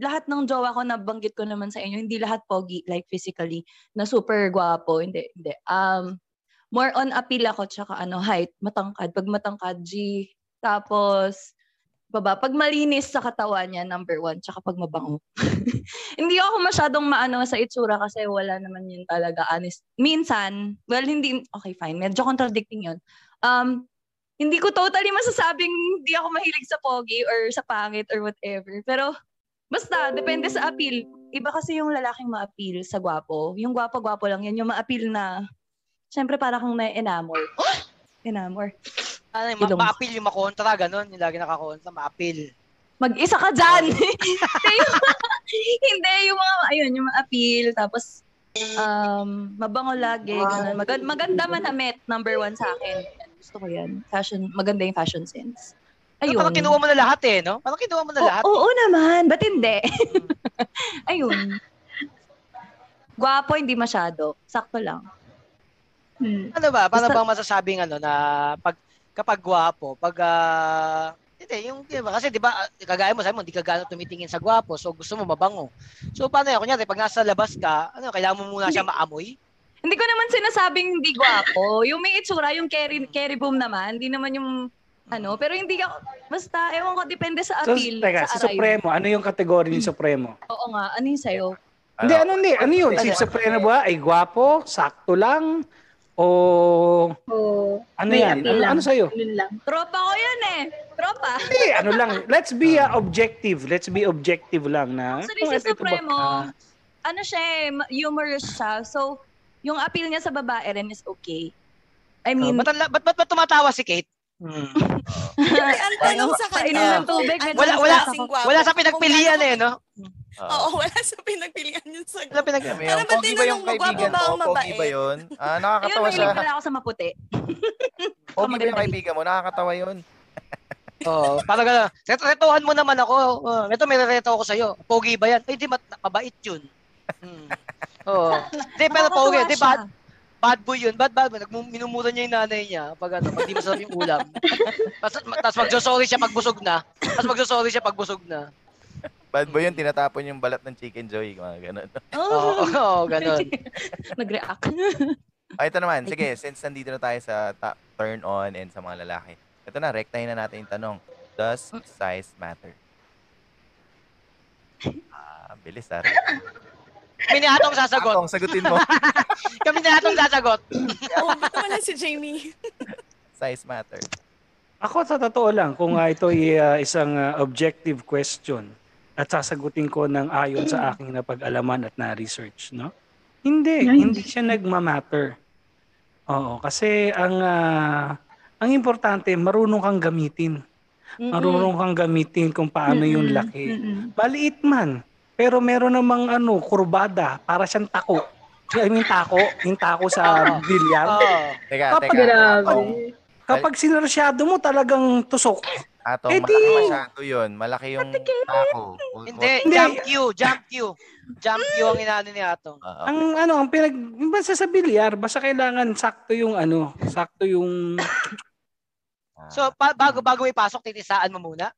lahat ng jowa ko nabanggit ko naman sa inyo, hindi lahat pogi, like physically, na super gwapo. Hindi, hindi. Um, more on appeal ako, tsaka ano, height, matangkad. Pag matangkad, G. Tapos, baba, pag malinis sa katawan niya, number one, tsaka pag mabango. hindi ako masyadong maano sa itsura kasi wala naman yun talaga, honest. Minsan, well, hindi, okay, fine, medyo contradicting yun. Um, hindi ko totally masasabing hindi ako mahilig sa pogi or sa pangit or whatever. Pero, basta, depende sa appeal. Iba kasi yung lalaking ma-appeal sa gwapo. Yung gwapo-gwapo lang yan, yung ma-appeal na, syempre para kang na-enamor. enamor. Ano, yung Ilong. ma- ma-appeal yung makontra, ganun. Yung lagi nakakontra, ma-appeal. Mag-isa ka dyan! Hindi, yung- hindi, yung mga, ayun, yung mga appeal, tapos, um, mabango lagi, ganun. Mag- maganda man na met, number one sa akin. Gusto ko yan. Fashion, maganda yung fashion sense. Ayun. Ayun. Parang Ano kinuha mo na lahat eh, no? Parang kinuha mo na lahat. Oo, oo naman, ba't hindi? ayun. Gwapo, hindi masyado. Sakto lang. Hmm. Ano ba? Para Basta- bang masasabing ano na pag kapag gwapo, pag ah, hindi, yung di ba? Kasi di ba, ah, kagaya mo, sabi mo, hindi ka gano'n tumitingin sa gwapo, so gusto mo mabango. So paano yan? Kunyari, pag nasa labas ka, ano, kailangan mo muna siya maamoy. Hindi ko naman sinasabing hindi gwapo. Yung may itsura, yung carry, carry boom naman, hindi naman yung ano, pero hindi ako, basta, ewan ko, depende sa So, appeal, teka, si sa arrival. Supremo, ano yung kategory ni Supremo? Oo nga, ano yung sayo? Hindi, ah, ano hindi? Ano yun? Si Ano? Supremo ba ay gwapo? Sakto lang? O Oo. ano May yan? appeal Ano, lang. ano sa'yo? Yun lang. Tropa ko yun eh. Tropa. Hindi, ano lang. Let's be uh, objective. Let's be objective lang na. Actually, "Oh, si ito- ito ba?" Supremo, Ah, ano siya eh, ma- humorous siya. So, yung appeal niya sa babae rin is okay. I Uh, mean, ba't, ang la- ba't, ba't, ba't tumatawa si Kate? hmm. Kasi ang tanong sa painom kanya, ng tubig. Ano medyo Wala- wala- nasasakot. Wala sa pinagpilian eh, no? Oo, wala sa pinagpilian yung sagot. Wala pinag... Kami yung Ano ba pogi ba yung tinanong mo, gwapo kaibigan ba mo? o Pogi mabait? ba yun? Ah, Ayun, nakakatawa siya. mahilig pala ako sa maputi. Pogi ba yung Maganda. kaibigan mo? Nakakatawa yun. Oo, parang gano'n. Ret- Retohan mo naman ako. Oh, ito, may reto ako sa'yo. Pogi ba yan? Ay, di, mat- mabait yun. Hmm. Oo. Di, pero Nakakatuwa pogi. Di, siya. bad, bad boy yun. Bad, bad boy. Nagmu- minumura niya yung nanay niya pag ano, pag di masarap yung ulam. tapos, tapos magsosorry siya pag busog na. Tapos magsosorry siya pag busog na. Bad boy yun, tinatapon yung balat ng chicken joy. Mga ganun. Oo, Oh. oh, ganun. Nag-react. Ah, ito naman. Sige, since nandito na tayo sa ta- turn on and sa mga lalaki. Ito na, rektahin na natin yung tanong. Does size matter? Ah, bilis ah. Kami na atong sasagot. Atong, sagutin mo. Kami na atong sasagot. Oo, ba't wala si Jamie? size matter. Ako sa totoo lang, kung ah, ito ay ah, isang ah, objective question at sasagutin ko ng ayon sa aking napag-alaman at na-research, no? Hindi, Ay, hindi siya nagmamatter. Oo, kasi ang ah, ang importante, marunong kang gamitin. Marunong kang gamitin kung paano yung Mm-mm. laki. Mm-mm. Maliit man, pero meron namang ano, kurbada, para siyang tako. I mean, tako, yung tako sa Ah. Oo. bilyar. Oo. Teka, Kapag- teka. Grabe. Atong, Kapag sinersyado mo, talagang tusok. atong Eh, di- malaki masyado yun. Malaki yung ako. Hindi, Hindi. jump you, jump you. Jump you ang inaano ni atong. Ah, Ang ano, ang pinag basta sa bilyar, basta kailangan sakto yung ano, sakto yung So, pa- bago bago ipasok, titisaan mo muna.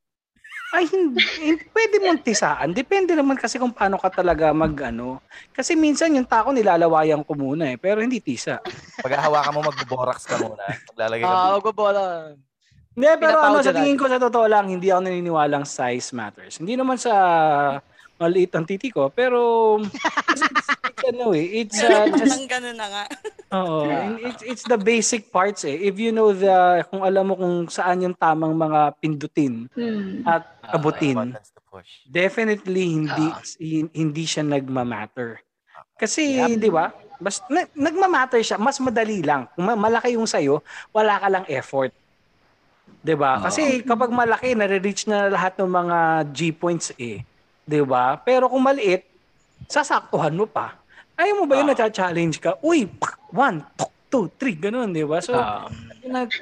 ay hindi, hindi- pwede mong tisaan. Depende naman kasi kung paano ka talaga mag ano. Kasi minsan yung tako nilalawayan ko muna eh, pero hindi tisa. Ah, Pag hawakan mo, magbo-borax ka muna. Maglalagay ka. Ah, Uh, wag mo bola. Hindi, pero ano, sa Pinapowderan. tingin ko sa totoo lang, hindi ako naniniwalang size matters. Hindi naman sa maliit ang titi ko, pero it's, it's, it's ano eh, it's uh, just Parang ganun na nga. Oo, Yeah. and it's it's the basic parts eh. If you know the kung alam mo kung saan yung tamang mga pindutin, Hmm. abutin. to push. Definitely hindi Ah. hin- hindi siya nagmamatter. Kasi, Yep. 'di ba? Mas na, nagmamatter siya, mas madali lang. Kung ma- malaki yung sayo, wala ka lang effort. 'Di ba? Ah, Kasi kapag malaki, nare-reach na lahat ng mga G points eh. 'Di ba? Pero kung maliit, sasaktuhan mo pa. Ayaw mo ba yun Ah. na challenge ka? Uy, pak, one, tok, two, three, ganun, di ba? So, Ah.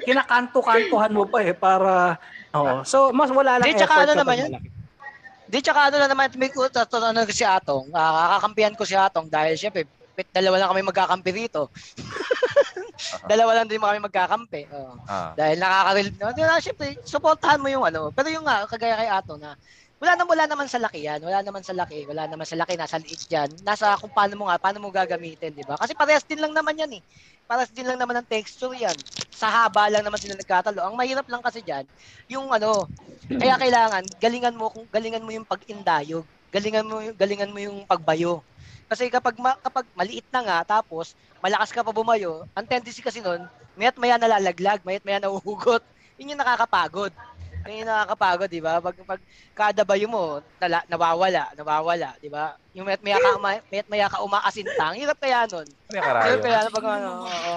kina- kinakanto-kantohan mo pa eh para... Oo. So, mas wala lang Hindi, tsaka ano effort naman kapag yun? malaki. Di, tsaka ano na naman, may tatanong ko ano si Atong. Ah, kakampihan ko si Atong dahil syempre, pit- dalawa lang kami magkakampi rito. dalawa lang din kami magkakampi. Oo. Ah. Dahil nakaka-relate naman. Diba, syempre, supportahan mo yung ano. Pero yung nga, kagaya kay Ato na, wala naman, wala naman sa laki yan. Wala naman sa laki. Wala naman sa laki. Nasa liit yan. Nasa kung paano mo nga, paano mo gagamitin, di ba? Kasi parehas din lang naman yan eh. Parehas din lang naman ang texture yan. Sa haba lang naman sila nagkatalo. Ang mahirap lang kasi dyan, yung ano, kaya kailangan, galingan mo, kung galingan mo yung pag-indayog. Galingan mo, yung- galingan mo yung pagbayo. Kasi kapag, ma- kapag maliit na nga, tapos malakas ka pa bumayo, ang tendency kasi nun, mayat maya nalalaglag, mayat maya nahuhugot. Yun yung nakakapagod. Yun yung nakakapagod, di ba? Pag, pag kada bayo mo, nala, nawawala, nawawala, di ba? Yung mayat maya ka, uma- mayat maya ka umaasintang, hirap kaya nun. Ano yung karayo? Hirap kaya nun pag ano, oo.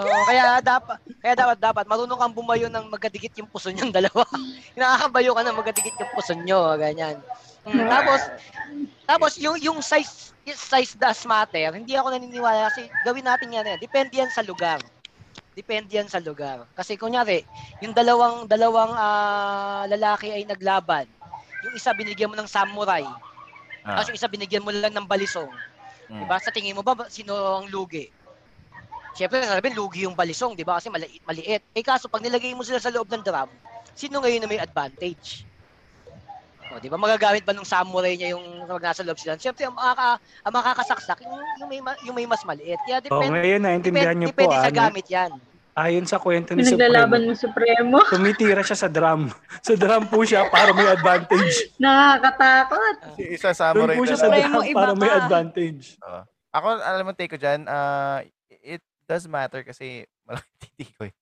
Oo, kaya dapat, kaya dapat, dapat, marunong kang bumayo ng magkadikit yung puso niyang dalawa. Yung Nakakabayo ka ng magkadikit yung puso niyo, ganyan. Mm, tapos, tapos yung, yung size, yung size does matter. Hindi ako naniniwala kasi gawin natin yan. eh. Depende yan sa lugar depende yan sa lugar. Kasi kunyari, yung dalawang dalawang ah, lalaki ay naglaban. Yung isa binigyan mo ng samurai, Ah. tapos yung isa binigyan mo lang ng balisong. Mm. Diba? Sa tingin mo ba ba- sino ang lugi? Siyempre, sasabihin, lugi yung balisong, di ba? Kasi maliit, maliit. Eh kaso, pag nilagay mo sila sa loob ng drum, sino ngayon na may advantage? O, di ba? Magagamit ba nung samurai niya yung pag nasa loob sila? Siyempre, ang, makaka, ang makakasaksak, yung, yung, may, ma- yung may mas maliit. Kaya Oh, depende, ngayon, naintindihan depende, niyo po. depende sa ano, gamit yan. ayon sa kwento ni Pinaglalaban Supremo, mo Supremo. tumitira siya sa drum. sa drum po siya para may advantage. Nakakatakot. Si isa Doon samurai po siya sa dalawa. Supremo, drum iba para may ka. advantage. Ako, alam mo, take ko dyan, ah, it does matter kasi malaki titi ko eh.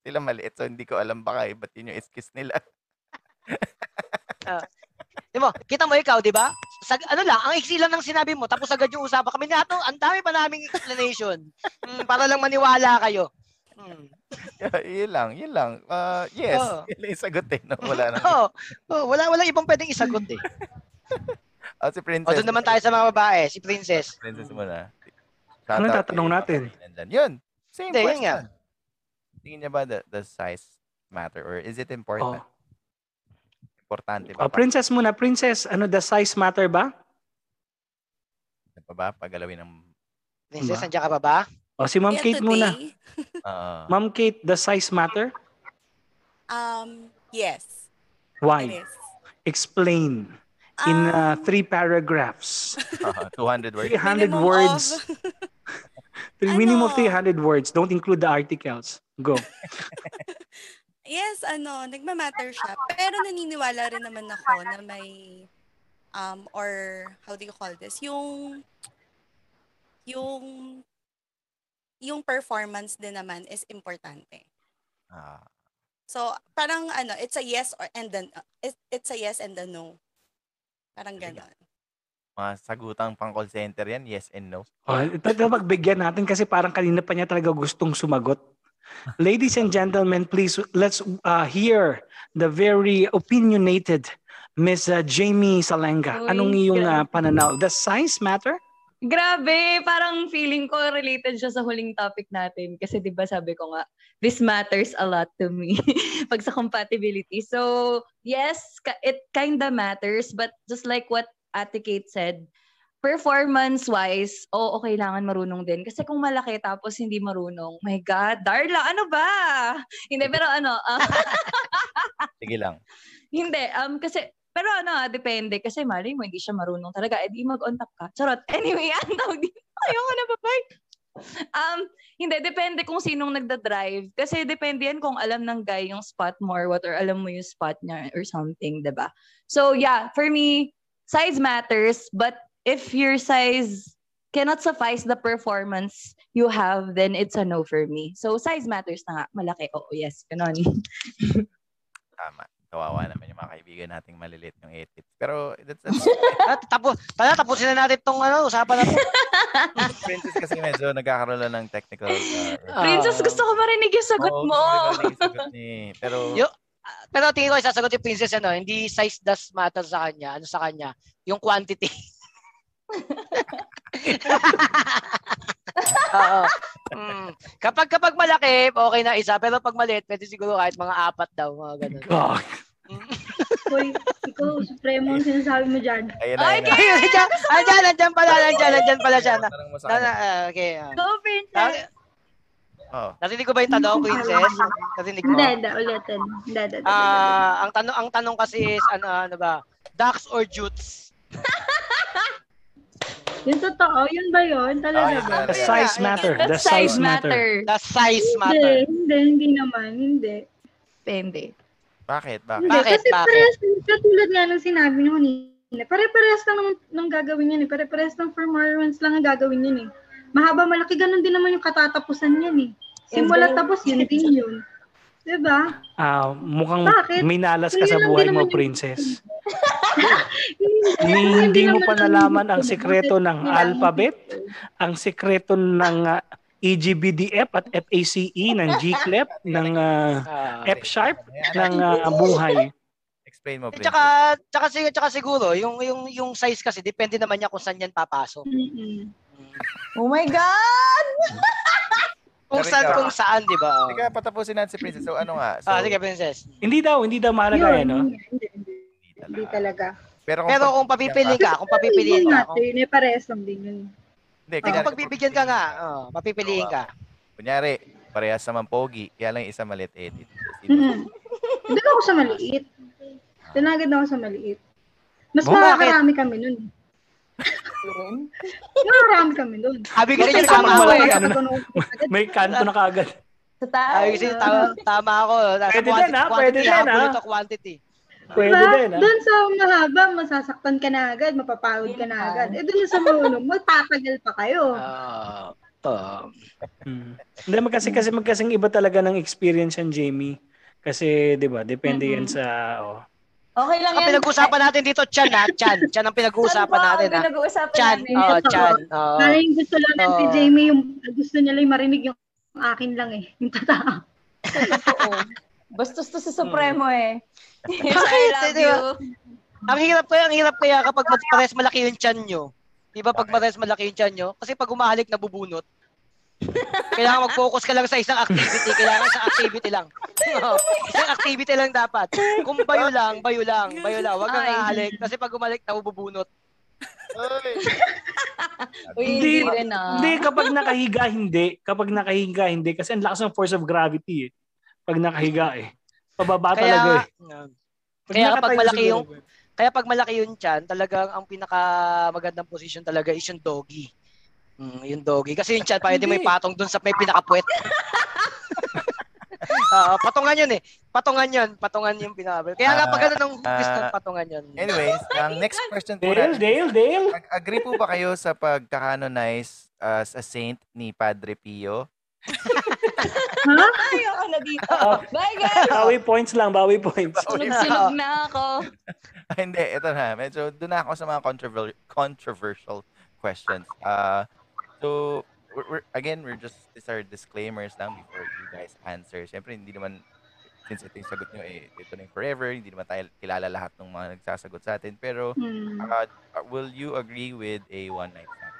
sila maliit, so hindi ko alam baka eh, ba't yun yung excuse nila. Di mo, kita mo ikaw, di ba? Sa, ano lang, ang iksi lang ng sinabi mo, tapos agad yung usapan kami na ito, ang dami pa naming explanation. Mm, para lang maniwala kayo. Mm. yun lang, yun lang. Ah, yes, Oo. yun lang yung sagot eh. No? Wala na. Oo. Oo, Oh, wala, wala ibang pwedeng isagot eh. Oh, si Princess. O, doon naman tayo sa mga babae, si Princess. Princess muna. Anong Shout out tatanong kay natin? Papa Rin nandyan. Yun. Same Hindi, yun question. nga. Tingin niya ba the, the size matter or is it Oh. important? Importante ba? Oh, princess muna, princess. Ano, the size matter ba? Importante pa ba? Pagalawin ng... Princess, Ma. nandiyan ka pa ba? O, Oh, si Ma'am Kate Kaya muna. today, Ah, Ma'am Kate, the size matter? Um, yes, it Why? is. Explain in uh, Um, three paragraphs. ah, 200 words. 300 minimum words. of- Three, minimum of Ano? 300 words. Don't include the articles. Go. yes, ano, nagmamatter siya. Pero naniniwala rin naman ako na may, um, or how do you call this? Yung, yung, yung performance din naman is importante. Ah, So, parang ano, it's a yes or and then it's, it's a yes and a no. Parang Sige. ganon. mga sagutang pang call center yan, yes and no. Oh, ito ito pagbigyan natin kasi parang kanina pa niya talaga gustong sumagot. Ladies and gentlemen, please let's uh, hear the very opinionated Miss uh, Jamie Salenga. Uy, Anong iyong uh, grabe. pananaw? Does size matter? Grabe, parang feeling ko related siya sa huling topic natin kasi 'di ba sabi ko nga this matters a lot to me pag sa compatibility. So, yes, ka- it kinda matters but just like what Ate Kate said, performance wise, oo, kailangan marunong din. Kasi kung malaki tapos hindi marunong, my God, Darla, ano ba? Hindi, pero ano, ah, Sige lang. hindi, um, kasi, pero ano, ah, depende. Kasi mali mo, hindi siya marunong talaga. Eh, di mag-on top ka. Charot. Anyway, ang tawag dito. Ayoko na, papay. Um, hindi, depende kung sinong nagda-drive. Kasi depende yan kung alam ng guy yung spot mo or what, or alam mo yung spot niya or something, 'di ba So, yeah, for me, size matters, but if your size cannot suffice the performance you have, then it's a no for me. So, size matters na nga. Malaki, oo, yes, ganun. Tama. Kawawa naman yung mga kaibigan nating malilit yung edit. Pero that's, that's At Ah, tapos, pala tapusin na natin tong ano, usapan na to. princess kasi medyo nagkakaroon lang ng technical. Uh, Princess, Ah. gusto ko marinig yung sagot oo, mo. gusto ko rin yung sagot ni, pero Yo- Pero tingin ko isasagot yung princess ano, hindi size does matter sa kanya, ano sa kanya, yung quantity. Oo. Mm. Kapag kapag malaki, okay na isa, pero pag maliit, pwede siguro kahit mga apat daw, mga ganun. Oh, Gag. Uy, ikaw, supremo ang sinasabi mo dyan. ayun na. Ay, ayun na. Ayun, nandiyan, nandiyan, nandiyan pala, nandiyan, nandiyan pala siya. Na, Tanong mo sa na, kanya. ah, okay. ah. Go, princess. Nar- Oo. Narinig ko ba yung tanong, princess? Narinig mo? Hindi, hindi, ulitin. Hindi, hindi, hindi, hindi. Ah, ang tanong ang tanong kasi is ano ano ba? Ducks or Jutes? Yung totoo, yun ba Ah, yun? Talaga yun ba? talaga. The size matter. The That size matter. The size Hindi, matter. hindi, hindi naman, hindi. Depende. Bakit? Bakit? Hindi, Bakit? kasi Bakit? parehas, katulad nga ng sinabi niyo kanina, pare-parehas lang nung, nung gagawin yan eh. Pare-parehas ng performance lang ang gagawin yan eh. Mahaba, malaki, ganun din naman yung katatapusan yan eh. Simula tapos yun din yun. Diba? Ah, mukhang Bakit? minalas ka Yun sa lang buhay din mo, naman yung- princess. Hindi, Ni- yun hindi din mo naman pa ang- nalaman ang sikreto ng Kailangan alphabet, ang sikreto ng ah, EGBDF at FACE, E ng G-clef, ng ah, Ah. Okay. F-sharp, Ayan, ng ah, buhay. Explain mo, At please. saka, saka, sig- saka siguro, yung, yung, yung size kasi, depende naman niya kung saan yan papasok. Mm-mm. Oh my God! Kung Pero saan, ikaw- kung saan, di ba? Oh. Sige, patapusin natin si Princess. So, ano nga? So, Ah, sige, princess. Hindi daw, hindi daw mahalaga Yun, yan, no? Hindi, hindi, hindi hindi talaga. talaga. Pero kung, Pero pag- kung papipili ka, kung papipiliin Yun ka, nga, kung, yun eh, parehas lang din yun. hindi, kung kunyari- pagbibigyan ka nga, oh, papipiliin ka. Kunyari, parehas naman pogi. Kaya lang yung isa malit edit. Mm-mm. Hmm. Doon ako sa maliit. Doon agad ako sa maliit. Mas Bakit? makakarami kami nun. Makakarami kami nun. Sabi ko Bakit sa'yo, kasama tama ako. malaki? eh. ano May kanto na kaagad. Sa tayo. Sabi ko sa'yo, tama, tama ako. Nasa Pwede din, quantity- ah, pwede quantity, din, ah. habol ito, quantity. Pwede Diba? din, ah. ha? Diba? Doon sa mahaba, masasaktan ka na agad, mapapagod ka na Yun pa. agad. Eh doon sa maunong, magpapagal pa kayo. Ah, to. Mm. Hindi, magkasi, kasi magkasing iba talaga ng experience yan, Jamie. Kasi, di ba, depende yan sa... Oh. Okay lang Ang yan. pinag-uusapan natin dito, Chan, ha? Chan. Chan ang pinag-uusapan natin, ha? ah. Pinag-uusapan Chan. natin. Oh, Chan. Oh. Parang yung gusto lang ng si Ah. Oo. Jamie, yung gusto niya lang marinig yung akin lang eh. Yung tatao. Totoo. Bastos to si Supremo eh. Yes, I Bakit? love Di ba? you. Ang hirap kaya, ang hirap kaya kapag mas- pares malaki yung Chan nyo. Di ba pag pares malaki yung Chan nyo? Kasi pag umahalik, nabubunot. Kailangan mag-focus ka lang sa isang activity. Kailangan sa activity lang. Oo. isang activity lang dapat. Kung bayo lang, bayo lang, bayo lang. Huwag kang Ay. ahalik. Kasi pag umalik, nabubunot. Uy, Hindi. hindi rin ah. Hindi, kapag nakahiga, hindi. Kapag nakahiga, hindi. Kasi ang lakas ng force of gravity, eh. Pag nakahiga, eh. Pababa talaga, eh. kaya kapag nakatayo malaki siguro, yung- Kaya pag malaki yung chan, talagang ang pinaka magandang position talaga is yung doggy. Mm, yung doggy. Kasi yung chan, pwede mo Hindi. ipatong dun sa may pinakapuwet. Ah, patungan yun eh. Patungan yun. Patungan yung pinaka Kaya nga pag ganun ang hugis ng Ah, patungan yun. Anyways, ang next question po Dale, natin. Dale, Dale. Ag- Agree po ba kayo sa pagkakanonize as a saint ni Padre Pio? Ayoko na dito. Bye guys! Bawi points lang, bawi points. Sunog-sunog na ako. Ah, Hindi, ito na. Medyo doon na ako sa mga controver- controversial questions. Uh, so, we're, we're- again, we're just, these are disclaimers lang before you guys answer. Siyempre, hindi naman, since ito yung sagot nyo, eh, ito na yung forever, hindi naman tayo kilala lahat ng mga nagsasagot sa atin. Pero, Hmm. uh, will you agree with a one-night stand?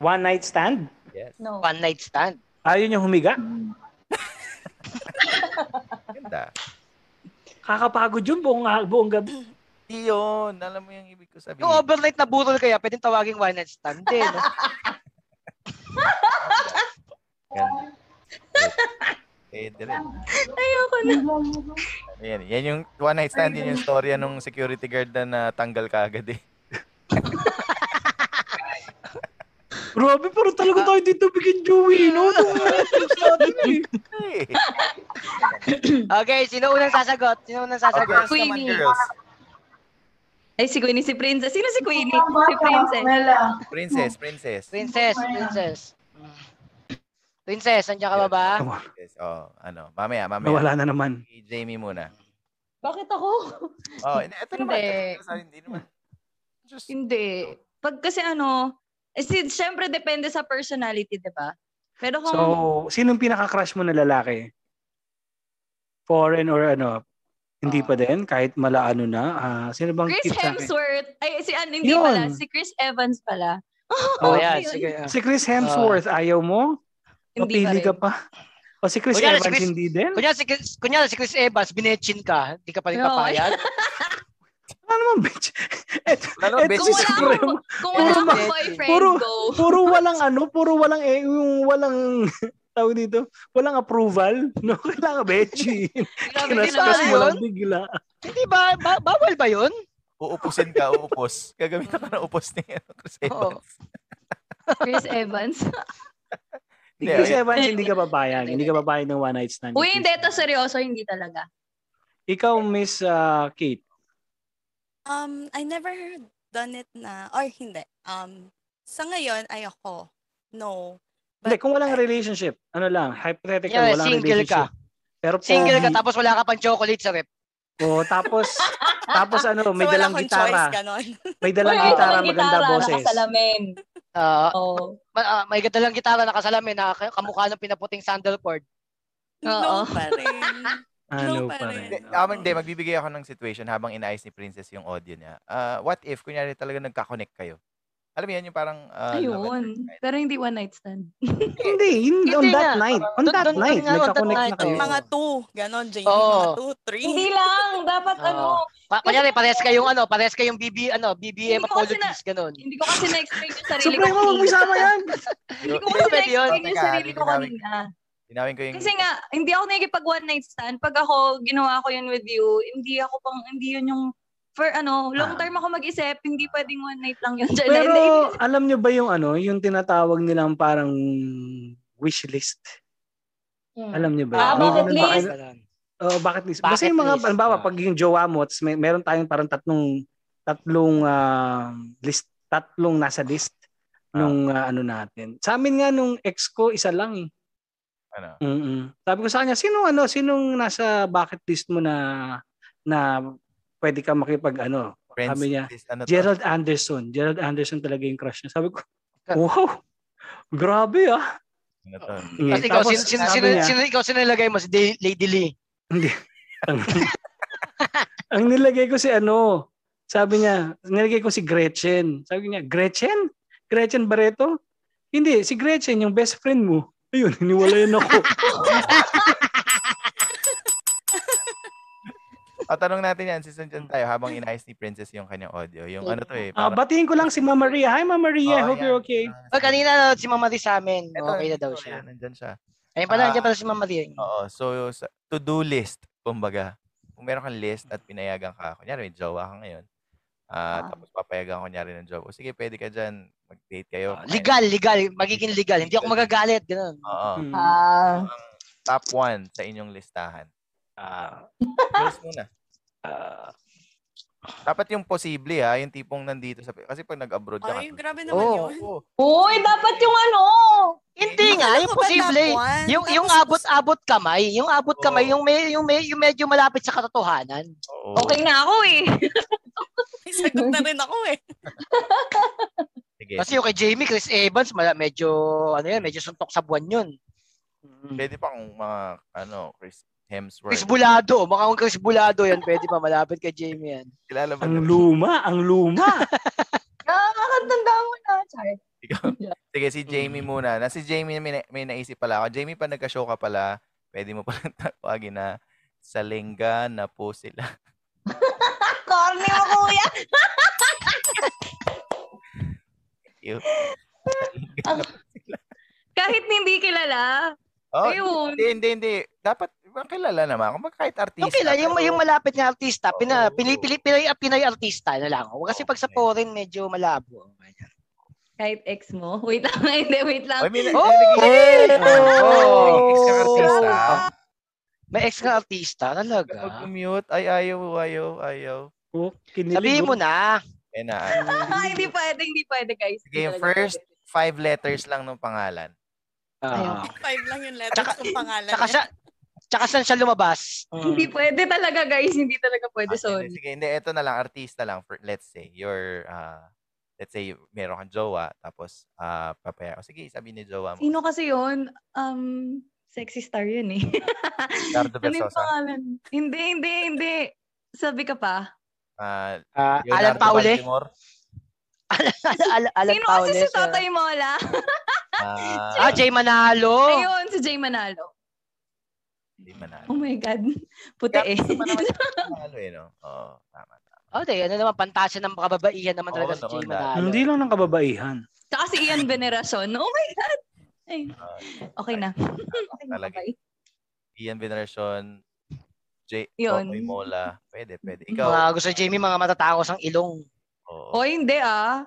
One night stand? Yes. No. One night stand. Ayaw niya humiga? Ganda. Kakapagod yun buong, buong gabi. Hindi yun. Alam mo yung ibig ko sabihin. Yung overnight na burol kaya, pwedeng tawagin one night stand. Hindi, no? Ganda. Eh, dire. Ayoko na. Yan, yan yung one night stand, yun yung story nung security guard na natanggal ka agad eh. Grabe, pero talaga tayo dito bigyan Joey, no? Hey. Okay, sino unang sasagot? Sino unang Oh, girls sasagot? naman, Queenie. girls. Ay, si Queenie, si Princess. Sino si Queenie? Si eh. Princess. Princess, princess. Princess, princess. Mm. Princess, nandiyan ka ba ba? Yes, oh, ano, mamaya, mamaya. Nawala na naman. Si Jamie muna. Bakit ako? Oh, and ito naman. Hindi. Hindi. Hindi naman. Just, Hindi. Pag kasi ano, eh, si- syempre depende sa personality, di ba? Pero kung So, sinong pinaka-crush mo na lalaki? Foreign or ano? Hindi Ah. pa din? Kahit mala ano na? Ah, sino bang Chris tip sa akin? Hemsworth, ay si ano, hindi Yun. pala, si Chris Evans pala. Oh, Oh, yeah. yun. Sige. ah. Si Chris Hemsworth, ayaw mo? Hindi pa Mapili rin. ka pa? O si Chris Kunyari, si Evans, Chris- hindi din? Ano Kunyari si, Chris- kunyari si Chris Evans, binechin ka, hindi ka pa rin No. papayag. Ano naman, bitch? Et, lalo, et, bitch, Kung si wala Chris- akong, kung wala Puro akong ma- boyfriend, puro- go. puro walang ano, puro walang, eh, yung walang, tawag dito, walang approval. No, kailangan betchin. Grabe Kinas din naman kasi yun. walang bigla. Hindi ba, ba- bawal ba yun? uupusin ka, uupos. Gagamitan ka ng upos ni ano, Chris Oo. Evans. Chris Evans. Si Hindi, Chris ayun. Evans, hindi ka papayag. Hindi ka papayag ng one night stand. Uy, hindi, ito seryoso, hindi talaga. Ikaw, Miss ah, Kate. Um, I never done it na. Or hindi. Um, sa ngayon, ayoko. No. Hindi, But kung walang I- relationship, ano lang, hypothetical, Yeah, walang single ka. relationship. Pero Single ka Um, pogi, tapos wala ka pang chocolate sa rep. oh, tapos, tapos ano, So, may wala dalang akong choice gitara. ganon. May dalang Uy, may gitara, dalang maganda gitara, boses. Nakasalamin. Ah, Oo. ma- ah, may gatalang gitara nakasalamin na ka- kamukha ng pinaputing sandal cord. No Oo. pa rin. Ano No pa pa rin. Hindi, rin. ako hindi, magbibigay ako ng situation habang inaayos ni Princess yung audio niya. Ah, what if, kunyari talaga nagka-connect kayo? Alam mo yan, yung parang... ah, love at Ayun. first sight. Pero hindi one night stand. Hindi, hindi, Hindi on nga. that night. On Doon- that doon- doon nga, night, on that nagka-connect na night, kayo. oh. Mga two. Ganon, JD. Mga Oo. two, three. hindi lang. Dapat ano. Oo. Pa- kunyari, parehas kayong ano, parehas kayong BB, ano, BBM Hindi ko kasi apologies, ganun. Hindi ko kasi na-explain yung sarili ko. Supremo, huwag mo isama yan. Hindi ko Hindi, kasi Pwede yun. na-explain yung Teka, sarili ko linawin- kanina. Linawin ko yung... Kasi nga, hindi ako nakikipag one night stand. Pag ako, ginawa ko yun with you, hindi ako pang, hindi yun yung, for ano, Ah. long term ako mag-isip, hindi pwedeng one night lang yun. Jelen. Pero alam nyo ba yung ano, yung tinatawag nilang parang wish list? Alam nyo ba? Ah, May bucket ganun ba kayo- list. Oh, bucket list. Bucket Basta yung mga, list. halimbawa, Ah. pag yung jowa mo, tas may, meron tayong parang tatlong, tatlong ah, list, tatlong nasa list nung ah, ano natin. Sa amin nga, nung ex ko, isa lang eh. Ano? Mm-mm. Sabi ko sa kanya, sino ano, sinong nasa bucket list mo na, na pwede ka makipag ano? Friends Sabi niya, list, ano to? Gerald Anderson. Gerald Anderson talaga yung crush niya. Sabi ko, wow, grabe ah. Ano to? Mm. Tapos ikaw, sin, Tapos sin, sabi sin, niya- sin- ikaw sinilagay mo si Day- Lady Lee. ang, ang nilagay ko si ano, sabi niya, nilagay ko si Gretchen. Sabi niya, Gretchen? Gretchen Barreto? Hindi, si Gretchen, yung best friend mo. Ayun, hiniwalayan ako. O, oh, tanong natin yan, sisundan tayo habang inaayos ni Princess yung kanyang audio. Yung ano to eh. ah, Ah, batiin ko lang si Mama Maria. Hi, Mama Maria. I hope you're okay. Oh, kanina si Mama Di sa amin. Okay na daw siya. Nandyan siya. Ayun pala, Ah. nandiyan pala si Mama Di. Oo. So, sa- to-do list, kumbaga. Kung meron kang list at pinayagan ka, kunyari may jowa ka ngayon, ah, Ah. tapos papayagan kunyari ng jowa. O, sige, pwede ka dyan. Mag-date kayo. Ah, kumain. Legal, legal. Magiging legal. Hindi ako magagalit. Ganun. Oo. Hmm. Ah, Top one sa inyong listahan. Ah, Girls muna. ah, Dapat yung posible ha, yung tipong nandito sa... Kasi pag nag-abroad ka... Ay, kasi- grabe naman Oo, yun. oo. uy, dapat yung ano. Hindi nga, Akala yung ko Ano ba posible. top one? Oh. Yung yung Tapos- abot-abot kamay, yung abot Oo. kamay, yung may yung may yung medyo malapit sa katotohanan. Oo. Okay na ako eh. May sagot na rin ako eh. Sige. Kasi yung kay Jamie Chris Evans, mala, medyo ano yan, medyo suntok sa buwan yun. Mm. Pwede pa kung mga, ano, Chris Hemsworth. Chris Bulado, mukhang Chris Bulado yan, pwede pa malapit kay Jamie yan. Kilala mo ang naman. luma, ang luma. Nakakatanda mo na. Char. Ikaw. Sige, si Jamie muna. Na si Jamie may, na- may naisip pala ako. Jamie, pa nagka-show ka pala, pwede mo pala tawagin na sa lingga na po sila. Corny mo, kuya. Ew. Kahit hindi kilala. Oh, Ayun. hindi, hindi, hindi. Dapat, kilala naman. Kung kahit artista. Okay lang, yung, pero- yung malapit na artista, pina, Oo. pili, pili, pinay, pinay artista na lang. Kasi pag sa foreign, medyo malabo. Kahit ex mo. Wait lang, hindi, wait lang. Ay, may na- Oh! may nag- Oh! May isang artista. May extra artista Kapag talaga. mute, ay, ayaw, ayaw, ayaw. Oh, kinilig, Sabihin oh. mo na. Ayun na. hindi pwede, hindi pwede, guys. Sige, Hindi talaga first pwede. five letters lang ng pangalan. Ah, Five lang yung letters Tsaka- ng pangalan. eh. Tsaka niya. siya, Tsaka saan siya lumabas? Mm. Hindi pwede talaga, guys. Hindi talaga pwede, Ah, hindi, sorry. Sige, hindi, eto na lang, artista lang. For, let's say, you're, uh, let's say, meron kang jowa, tapos, uh, papaya, o sige, sabi ni jowa mo, Sino kasi yun? Um, sexy star yun eh. Ricardo ano yung Versosa. pangalan? Hindi, hindi, hindi. Sabi ka pa. ah, Ah, Leonardo Alan Paule. Baltimore, Alan, Alan Sino kasi si Paoles, ah. Tatay Mola? ah, Ah, Jay Manalo. Ayun, si Jay Manalo. Hindi manalo. Oh my God. Puti eh. Hindi naman siya manalo eh, no? Oo, tama. Oh, di, ano naman, pantasya ng kababaihan naman talaga Oo, si Jay noon na. Manalo. hindi lang ng kababaihan. Tsaka si Ian Veneracion. Oh my God. Ay, Ah, okay na. Okay na, Talaga. bye. Ian Veneracion, J. Yun. Totoy Mola. Pwede, pwede. Mga Ikaw. gusto ni Jamie, mga matatangos ang ilong. Oo. O hindi ah.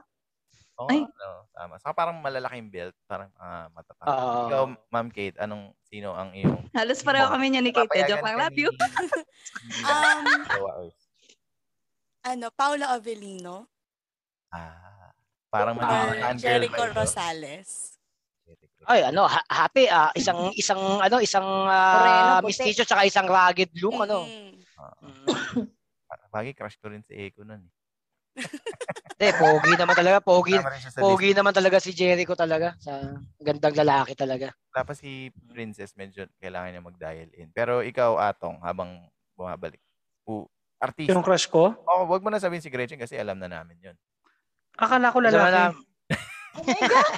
Oo, ay. ano, tama. Saka parang malalaking belt, parang ah, matatapos. Oo. Ikaw, Ma'am Kate, anong, sino ang iyong Halos pareho Mo. kami niya ni Kate. Joke lang. Love you. Um, Um, ano, Paula Avellino ah, parang or mananakahan girl Jericho ba ito? Rosales. Jericho. Ay, ano, ha- happy, ah, isang, isang, ano, isang ah, Moreno, puti. Mm-hmm. mestizo, tsaka isang ragged look, ano. Mm. Ah, Mm. bagay, crush ko rin si Eko nun. eh. Hindi, pogi naman talaga, pogi. Tama rin siya sa list. Pogi naman talaga si Jericho talaga. Sa gandang lalaki talaga. Tapos si Princess, medyo kailangan niya mag-dial in. Pero ikaw, Atong, habang bumabalik. U, artista. Yung crush ko, Oh, wag mo na sabihin si Gretchen kasi alam na namin yun. akala ko Wala lalaki. Oh my God.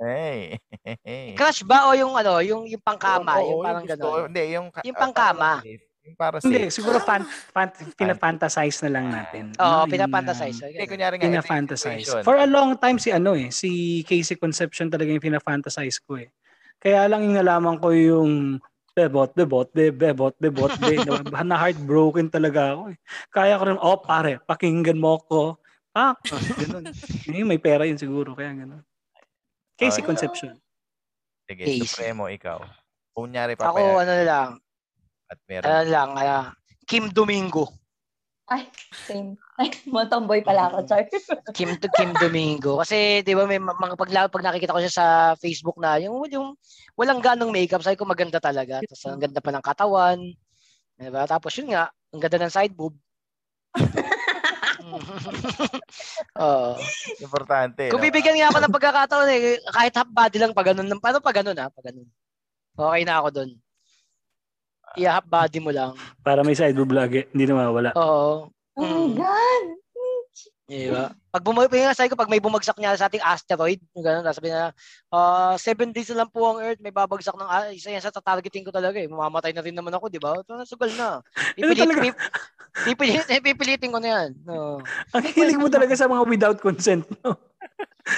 Hey. hey. Crush ba o yung ano, yung yung pangkama, Oo, yung parang gusto ko. gano'n. Hindi, yung... ka- Yung pangkama. ah, parang safe. Yung para safe. Hindi, siguro fan, fan, pinafantasize na lang natin. Oo, Ano, oh, Mm. yung, pinapantasize. ah, Hindi, Okay. kunyari nga. ito yung pinafantasize. situation. For a long time, si ano eh, si Casey Concepcion talaga yung pinafantasize ko eh. Kaya lang yung nalaman ko yung bebot, bebot, be, bebot, bebot, be. na heartbroken talaga ako eh. Kaya ko rin, oh pare, pakinggan mo ko. Ah, ganun. Eh, may pera yun siguro, kaya ganun. Casey Okay. Concepcion. Sige, Casey. Supremo, ikaw. Kunyari, Ako papayag ano na lang, at meron. ano na lang, ano, Kim Domingo. Ay, same. Ay, mga tomboy pala ako, Char. Kim Kim Domingo. Kasi 'di ba may mga pag, pag nakikita ko siya sa Facebook na yung yung walang ganong makeup, sabi ko maganda talaga. Tapos ang ganda pa ng katawan. 'Di ba? Tapos yun nga, ang ganda ng side boob. Oo. Importante. Kung no? bibigyan nga ako ng pagkakataon eh, kahit half body lang pag ganun, paano pag ganun ha, pag ganun. Okay na ako doon. Iya, half body mo lang. Para may side boob lagi, hindi na mawawala. Oo. Mm. Oh my God. Di ba? Pag bumag nga sabi ko, pag may bumagsak niya sa ating asteroid, yung ganun, sabi na, ah, seven days na lang po ang Earth, may babagsak ng, ah, isa yan sa tatargeting ko talaga eh. Mamamatay na rin naman ako, di ba? Ito na, sugal na. Ano Pipilit, talaga? pip, pipilit, pipilitin ko na yan. No. Ang hilig mo talaga sa mga without consent. No?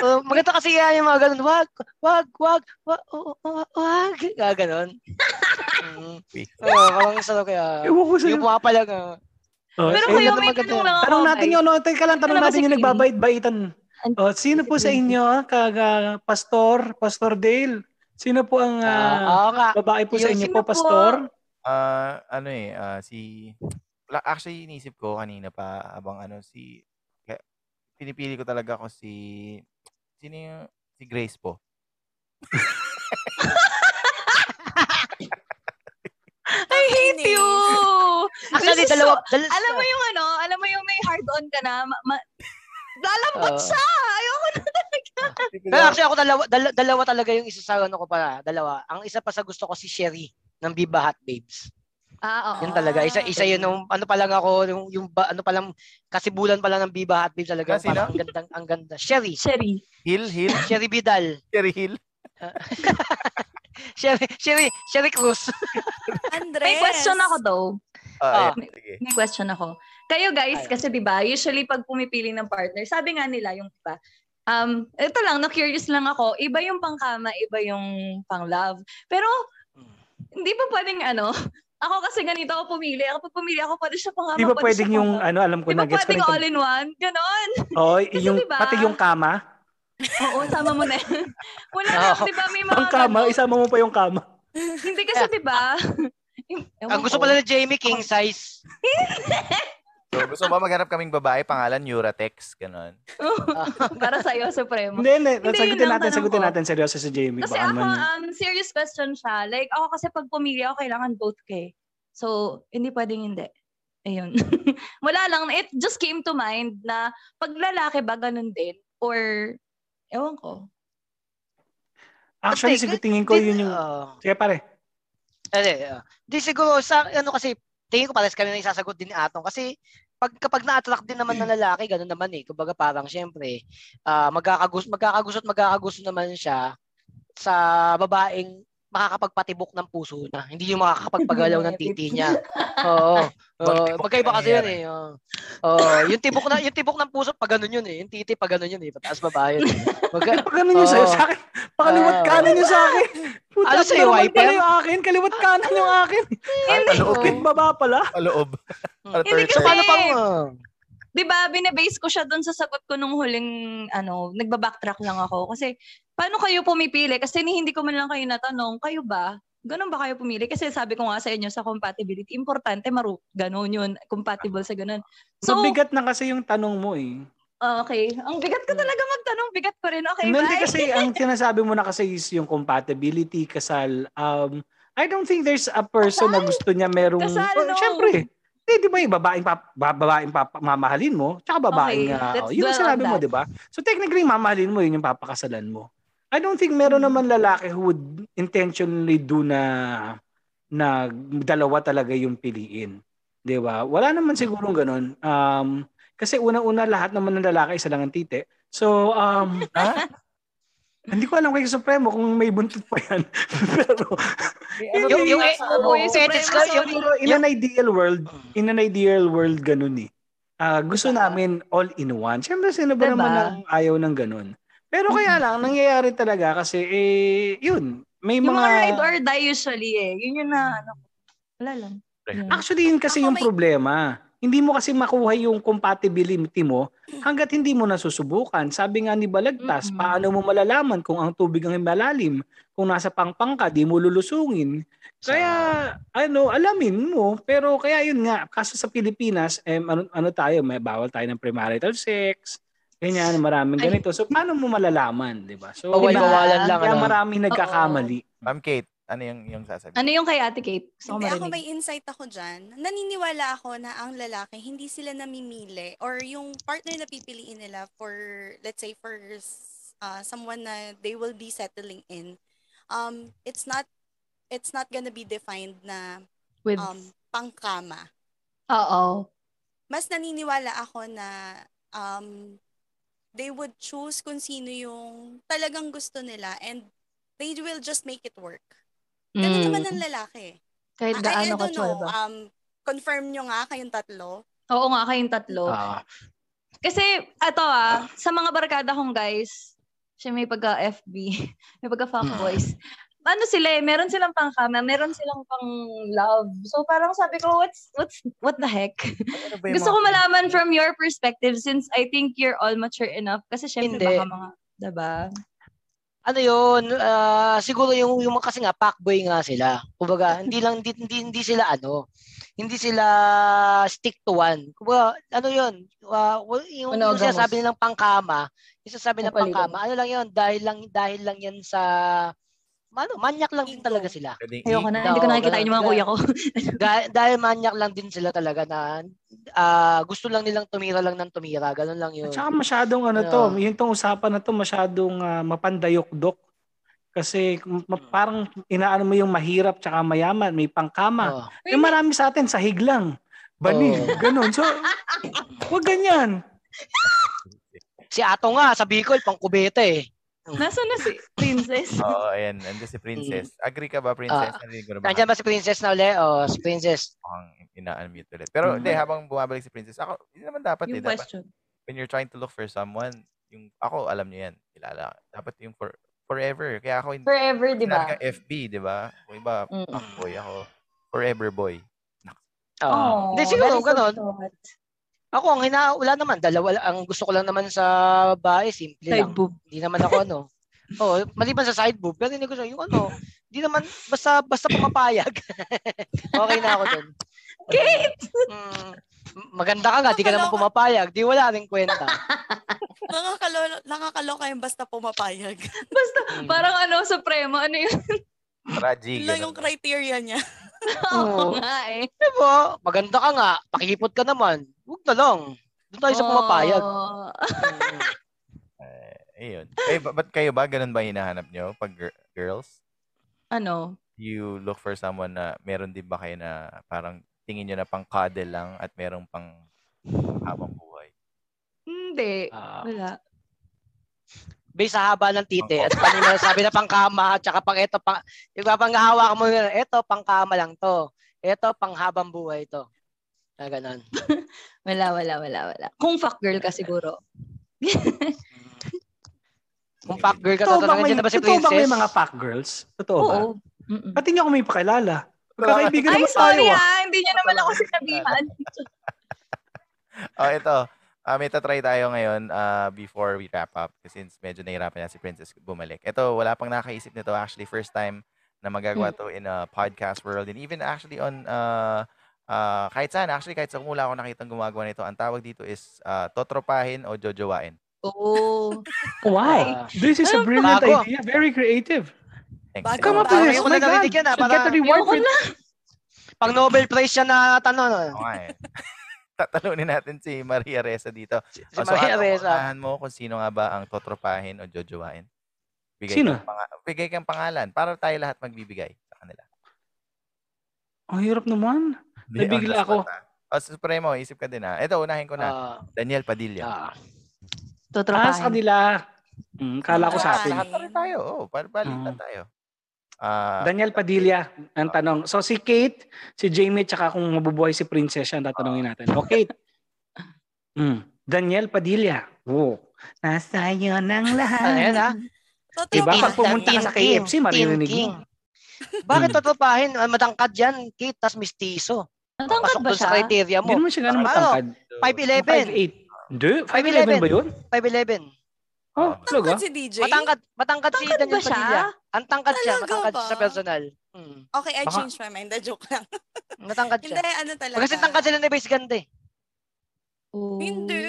So, Oh, maganda kasi yan yung mga ganun, wag, wag, wag, wag, wag, wag, ah, ganun. Mm. Wait. Oo, parang sarap kaya. Ewan ko sa'yo. Yung pumapalag, ah. Oh, eh, Pero kuya, maganda, may maganda tanong yan. lang ako. Tanong natin guys. yun, no? Teka lang, tanong Ano ba natin si yung Queenie? nagbabait-baitan. An- Oh, sino po sa inyo, ah, kaga, Pastor, Pastor Dale? Sino po ang Ah, ah, oo nga. babae po sa yung inyo sino po, po? Pastor? Ah, ano eh, ah, si... la- Actually, inisip ko kanina pa, abang ano, si... kaya- Pinipili ko talaga ako si... Sino yung... Si Grace po. I hate Inis. you! Actually, This is dalawa, dal- Alam mo yung ano, alam mo yung may hard on ka na, ma- ma- lalambot Oo. siya! Ayoko na talaga! Pero actually ako dalawa, dal- dalawa talaga yung isa sa ano ko pa, dalawa. Ang isa pa sa gusto ko si Sherry ng Biba Hot Babes. Ah, oo. Yun talaga, isa isa yun nung ano pa lang ako, yung, yung ba- ano pa lang kasibulan pa lang ng Biba Hot Babes talaga, Ah, sino? parang ang ganda, ang ganda. Sherry, Sherry. Hill, Hill, Sherry Vidal, Sherry Hill. Sherry Sherry Sherry Cruz. Andres. May question ako though. Ah. Ah, ayan, sige. May question ako. Kayo Ay. guys, kasi 'di ba, usually pag pumipili ng partner, sabi nga nila yung iba. Um, ito lang, no curious lang ako. Iba yung pangkama, iba yung pang-love. Pero hindi ba pwedeng ano? Ako kasi ganito ako pumili. Ako pag pumili ako, pwede siya pangama. Di ba pwede pwedeng siya yung, pang-love. ano, alam ko Di ba na, gets ko pwedeng na all in one? Ganon. Oh, Kasi yung, diba? pati yung kama. Oo, sama mo na. yan. Wala na, Oo. di ba? ano? May mga Ang kama, ganon. isama mo pa yung kama. Hindi kasi, di ba? Yung- ewan Ang Ah, gusto ko. pala ni Jamie King size. So, gusto mo ba maghanap kaming babae, pangalan Uratex, ganun. Para sa'yo, Supremo. Hindi, hindi. Hindi, yun Sagutin ang natin, tanong sagutin ko. natin seryoso si Jamie. Kasi Baka ako, naman- um, serious question siya. Like, ako kasi pag pumili ako, kailangan both kay. So, hindi pwedeng hindi. Ayun. Wala lang. It just came to mind na pag lalaki ba ganun din? Or, ewan ko. Actually, Hindi, siguro tingin ko di- yun Oh. yung... ah. Sige pare. Eh, ah. di siguro sa ano kasi tingin ko parehas kami na isasagot din ni Atong kasi pag kapag na-attract din naman ng lalaki, ganun naman eh. Kumbaga parang syempre, ah magkakagusto, magkakagusto at magkakagusto naman siya sa babaeng makakapagpatibok ng puso niya. Hindi yung makakapagpagalaw ng titi niya. Oo. Oo, Pagtibok magkaiba na kasi yun eh. nangyayari. Oo. Oo, yung tibok na yung tibok ng puso pag ganun yun eh. Yung titi pag ganun yun eh. Pataas baba yun. Magka- Pag ganun yung sa'yo Oh. Oo. sa akin, pakaliwat Oo. kanan yung sa akin. Puta, Ano ano sa'yo, sa'yo, wiper? pala yung akin, kaliwat kanan yung akin. Ay, paloobin. Bit baba pala. Paloob. Para Hmm. Hindi third kasi- time. paano pang ah, di ba, binabase ko siya doon sa sagot ko nung huling, ano, nagbabacktrack lang ako. Kasi, paano kayo pumipili? Kasi ni- hindi ko man lang kayo natanong, kayo ba? Ganun ba kayo pumili? Kasi sabi ko nga sa inyo, sa compatibility, importante, maru, ganun yun, compatible sa ganun. So, Mabigat na kasi yung tanong mo eh. Ah, okay. Ang bigat ko talaga magtanong, bigat ko rin. Okay, Hindi bye. kasi ang sinasabi mo na kasi is yung compatibility, kasal. Um, I don't think there's a person na gusto niya merong... Kasal, Oh, no. Siyempre, eh, di ba yung babaeng, pa, ba- babaeng papamahalin mo, tsaka babaeng... Okay, ah, let's yun ang dwell on sinabi mo, that. di ba? So technically, yung mamahalin mo, yun yung papakasalan mo. I don't think Hmm. meron naman lalaki who would intentionally do na na dalawa talaga yung piliin. Di ba? Wala naman siguro ganun. Um, kasi unang-una lahat naman ng lalaki isa lang ang titi. So, um, hindi ko alam kay Supremo kung may buntot pa yan. Pero, ano, yung, yung, yung, Oo, yung fetish ko, yung, siguro in an ideal world, in an ideal world, ganun eh. Ah, gusto Diba? namin all in one. Siyempre, sino ba Diba? naman ang ayaw ng ganun? Pero kaya lang, nangyayari talaga kasi, eh, yun. May Yung mga... mga ride or die usually eh. Yun yun na, ano, wala lang. Yun. Actually, yun kasi Ako yung may- problema. Hindi mo kasi makuha yung compatibility mo hanggat hindi mo nasusubukan. Sabi nga ni Balagtas, Mm-mm. paano mo malalaman kung ang tubig ang malalim? Kung nasa pangpang ka, di mo lulusungin. Kaya, ano, alamin mo. Pero kaya yun nga, kaso sa Pilipinas, eh, ano, ano tayo, may bawal tayo ng premarital sex, ganyan, maraming Ay. ganito. So, paano mo malalaman, di ba? So, Bawal- diba? Bawal-bawalan lang. kaya ano. maraming nagkakamali. Ma'am Kate, ano yung, yung sasabihin? Ano yung kay Ate Kate? Gusto ko Hindi, ako marinig. may insight ako dyan. Naniniwala ako na ang lalaki, hindi sila namimili or yung partner na pipiliin nila for, let's say, for uh, someone na they will be settling in. Um, it's not it's not gonna be defined na With, um, pangkama. oo. Mas naniniwala ako na um, they would choose kung sino yung talagang gusto nila and they will just make it work. Ganun naman Mm. ang lalaki. I- I, Kahit I gaano ka don't know. ba? Um, confirm nyo nga kayong tatlo. Oo nga, kayong tatlo. Ah, Kasi, ato ah, sa mga barkada kong guys, siya may pagka-FB, may pagka-fuckboys. Hmm. Ano sila eh, meron silang pang kama, meron silang pang love. So parang sabi ko, what's, what's, what the heck? Ano ba yung Gusto ko mga- malaman from your perspective since I think you're all mature enough. Kasi syempre Hindi. baka mga, diba? ano yun, ah, siguro yung, yung mga- kasi nga, packboy nga sila. Kumbaga, hindi lang, hindi, hindi, hindi sila ano, hindi sila stick to one. Kumbaga, ano yun, ah, wa- yung, yung Monogamous. sinasabi nilang pangkama, yung sinasabi ng Napalitan. pangkama, ano lang yun, dahil lang, dahil lang yan sa, ano, manyak lang din Ego. talaga sila. Pwedeng Ayoko i- na, hindi ko Oo, nakikita yung mga ganun. kuya ko. dahil, dahil manyak lang din sila talaga na ah, gusto lang nilang tumira lang ng tumira. Ganun lang yun. At saka masyadong ano Ano? to, yung tong usapan na to masyadong ah, mapandayok-dok. Kasi Mm. ma- parang inaano mo yung mahirap tsaka mayaman, may pangkama. Oo. Yung marami sa atin sahig lang. Bani, Oo. ganun. So, wag ganyan. eh? Si Ato nga, sa Bicol, pangkubete eh. Nasaan na si Princess? Oo, ayan. Nandun si Princess. Hmm. Agree ka ba, Princess? Ah, Narinig ko na ba? Nandiyan ba si Princess na uli? O, si Princess. Ang ina-unmute ulit. Pero hindi, habang bumabalik si Princess, ako, hindi naman dapat eh. Hmm. Yung Dapat, question. when you're trying to look for someone, yung, ako, alam niyo yan. Kilala. ko. Dapat yung for, forever. Kaya ako, hindi Forever, diba? ka FB, di ba? Kung iba, Mm. boy ako. Forever boy. Oh, Oo. Ah. Hindi, siguro, ganun. Ako, ang hina, wala naman. Dalawa, lang- ang gusto ko lang naman sa bae, simple Side lang. boob. Hindi naman ako, ano. Oo, maliban sa side boob, pero hindi ko yung ano, hindi naman, basta, basta pumapayag. okay na ako dun. Kate! Mm. Maganda ka nga, di ka naman pumapayag. Di wala rin kwenta. Nakakalo, nakakaloka yung basta pumapayag. Basta, Mm. parang ano, supremo, ano yun? Tragic. Yun lang yung ganun. criteria niya. Oo nga eh. Ano ba? Maganda ka nga, pakihipot ka naman. Huwag na lang. Doon tayo sa pumapayag. Oo. Mm. Eh, Ayun. Eh, ba- ba't kayo ba? Ganun ba hinahanap nyo pag gir- girls? Ano? You look for someone na meron din ba kayo na parang tingin nyo na pang cuddle lang at merong pang habang buhay? Hindi. Ah, Wala. based sa haba ng titi at paano yung sabi na pangkama at saka pang eto pang yung panghawa mo na eto pangkama lang to eto panghabang buhay to na ganun Wala, wala, wala, wala. Kung fuck girl ka siguro. kung fuck girl ka Totoo bang tatanungin may, niya na ba si totoo bang may princess? mga fuck girls? Totoo Oh, ba? Oo. Mm-mm. Pati niyo ako may pakilala. Oh. Magkakaibigan Ay, naman tayo. sorry ah. ah. Hindi niya naman ako sinabihan. Oh, ito. Ah, may tatry tayo ngayon ah, before we wrap up kasi since medyo nahirapan na si Princess bumalik. Ito, wala pang nakaisip nito. Actually, first time na magagawa to in a podcast world and even actually on ah, ah, kahit saan. Actually, kahit sa mula ako nakitang gumagawa nito. Ang tawag dito is ah, totropahin o jojowain. Oo. Ah, Why? This is a brilliant Bago. idea. Very creative. Thanks. Bago Come up Bago with this. yun, Oh my wala God. narinig yan, ah. Should get a Para- reward Ayoko for na. pang Nobel Prize siya na tanong ano? no? Oo nga eh. Tatalunin natin si Maria Reza dito. si, si Oh, so, Maria ah. ano, Reza unahan mo kung sino nga ba ang totropahin o jojowain. Bigay Sino? Kang panga- bigay kang pangalan para tayo lahat magbibigay sa kanila. Ang Oh, hirap naman. Hindi, on the Nabigla spot, ah. O, Supremo, isip ka din ha. Ito, unahin ko na. Ah, Daniel Padilla. ah. Ah, sa Totropahin. kanila. Mm, kala Ah, ko sa atin. Totropahin. Sakari tayo. Oh, para balitan Mm. tayo. Ah, Daniel Padilla ang tanong. So si Kate, si Jamie, tsaka kung mabubuhay si Princess, yan tatanungin natin. O Kate. Mm. Daniel Padilla. Wow. Nasa iyo ng lahat. Ayan, ah. Totoo Diba? ba? Pag pumunta ka sa King, KFC, maririnig King, mo. King. Bakit totopahin? Ah, Matangkad yan, Kate, tas mistiso. Natangkad Pasok ba dun sa siya? criteria Hindi mo. naman siya ganun Ano? matangkad. 5'11. 5'8. Hindi? 5'11 5'11 ba yun? 5'11. Oh, talaga? Tangkad si DJ? Matangkad, matangkad si Matangkad Daniel ba siya? Padilla. Ang tangkad siya, Talaga matangkad ba? siya sa personal. Mm. Okay, I Baka- changed my mind. The joke lang. Natangkad siya. Hindi, ano talaga. Kasi tangkad sila ni Base Ganda eh. Oo. Hindi.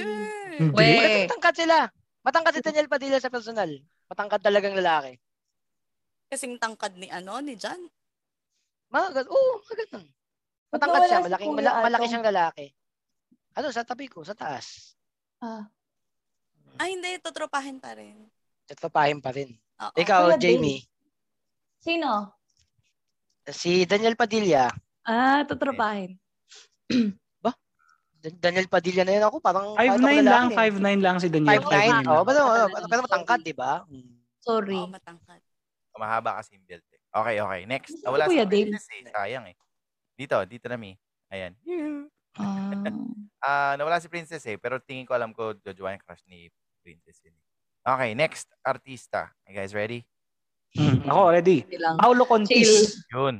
Hindi. Wait. Matangkad sila. Matangkad si Daniel Padilla sa personal. Matangkad talagang lalaki. Kasing tangkad ni ano, ni John. Magagad. Oo, magagad. Huwag Matangkad mawala siya. si Malaking, Kuya mala, malaki Atong. siyang lalaki. Ano, sa tabi ko, sa taas. Ay, Ah, hindi. Totropahin pa rin. Tatapahin pa rin. Oo. Ikaw, Ah, Kuya Dave. Jamie. Sino? Si Daniel Padilla. Ah, totropahin. Dan- Daniel Padilla na yun ako. Parang 5'9 lang, 5'9 lang si Daniel. 5'9". 5'9 Oo, lang. pero, pero, pero matangkad, di ba? Mm. Sorry. Oo, matangkad. Mahaba kasi yung build. Eh. Okay, okay. Next. Sino Ah, wala si Ano Kuya sa Dale? Princess eh. Sayang eh. Dito, dito na mi. Ayan. Ah. Ah, nawala si Princess eh. Pero tingin ko alam ko, Jojo yung crush ni Princess yun. eh. Okay, next. Artista. You guys ready? Mm, Ako, ready. hindi lang. Paolo Contis. Yun.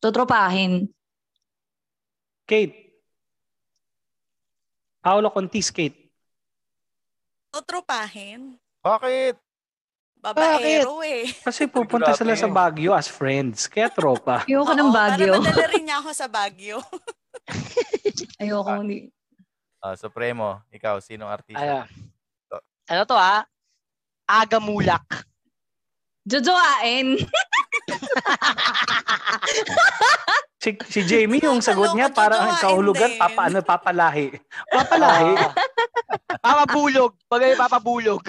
Totropahin. Kate. Paolo Contis, Kate. Totropahin? Bakit? Babaero eh. Kasi pupunta Grabe. sila sa Baguio as friends. Kaya tropa. Ayoko ng Oo, Baguio. Para madala rin niya ako sa Baguio. Ayoko. Hindi. Ah, Supremo, ikaw, sinong artista? Ano? Ano to ah? Agamulak. Jojoain. Si, si Jamie, yung sagot niya, Nakakaloka, parang jojowain kahulugan, din. papa, ano, papalahi. Papalahi? Ah. papabulog. Bagay papabulog.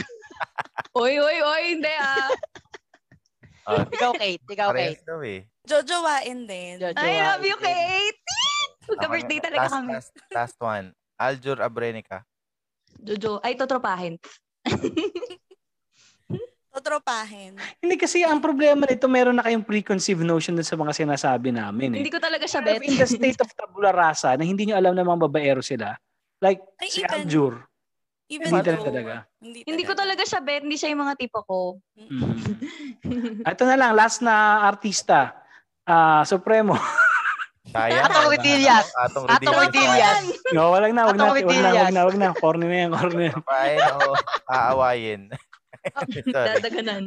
Oy, oy, oy. Hindi ah. Ah, Ikaw, Kate. Ikaw, parehas Kate. daw eh. Jojowain din. Jojo. I love you, Joanne. Kate. Magka-birthday Ako na- talaga last, kami. Last, last one. Aljur Abrenica. Jojo. Ay, totropahin. Hmm. Totropahin. Hindi kasi ang problema nito, meron na kayong preconceived notion dun sa mga sinasabi namin eh. Hindi ko talaga siya Kind bet. of in the state of tabula rasa na hindi nyo alam na mga babaero sila. Like, Ay, si even- Aljur. Even Hindi though- talaga talaga. Hindi, Hindi ko talaga siya bet. Hindi siya yung mga tipo ko. Mm. Mm-hmm. Ito na lang, last na artista. Ah, Supremo. Sayang. Atong Wala. Rodillas. Atong Atong Rodillas. No, wag na, wag na, Atong wag na, wag na, Rodillas. wag na. Corny na yan, corny na yan. Kapain o aawayin. Sorry. Dadaganan.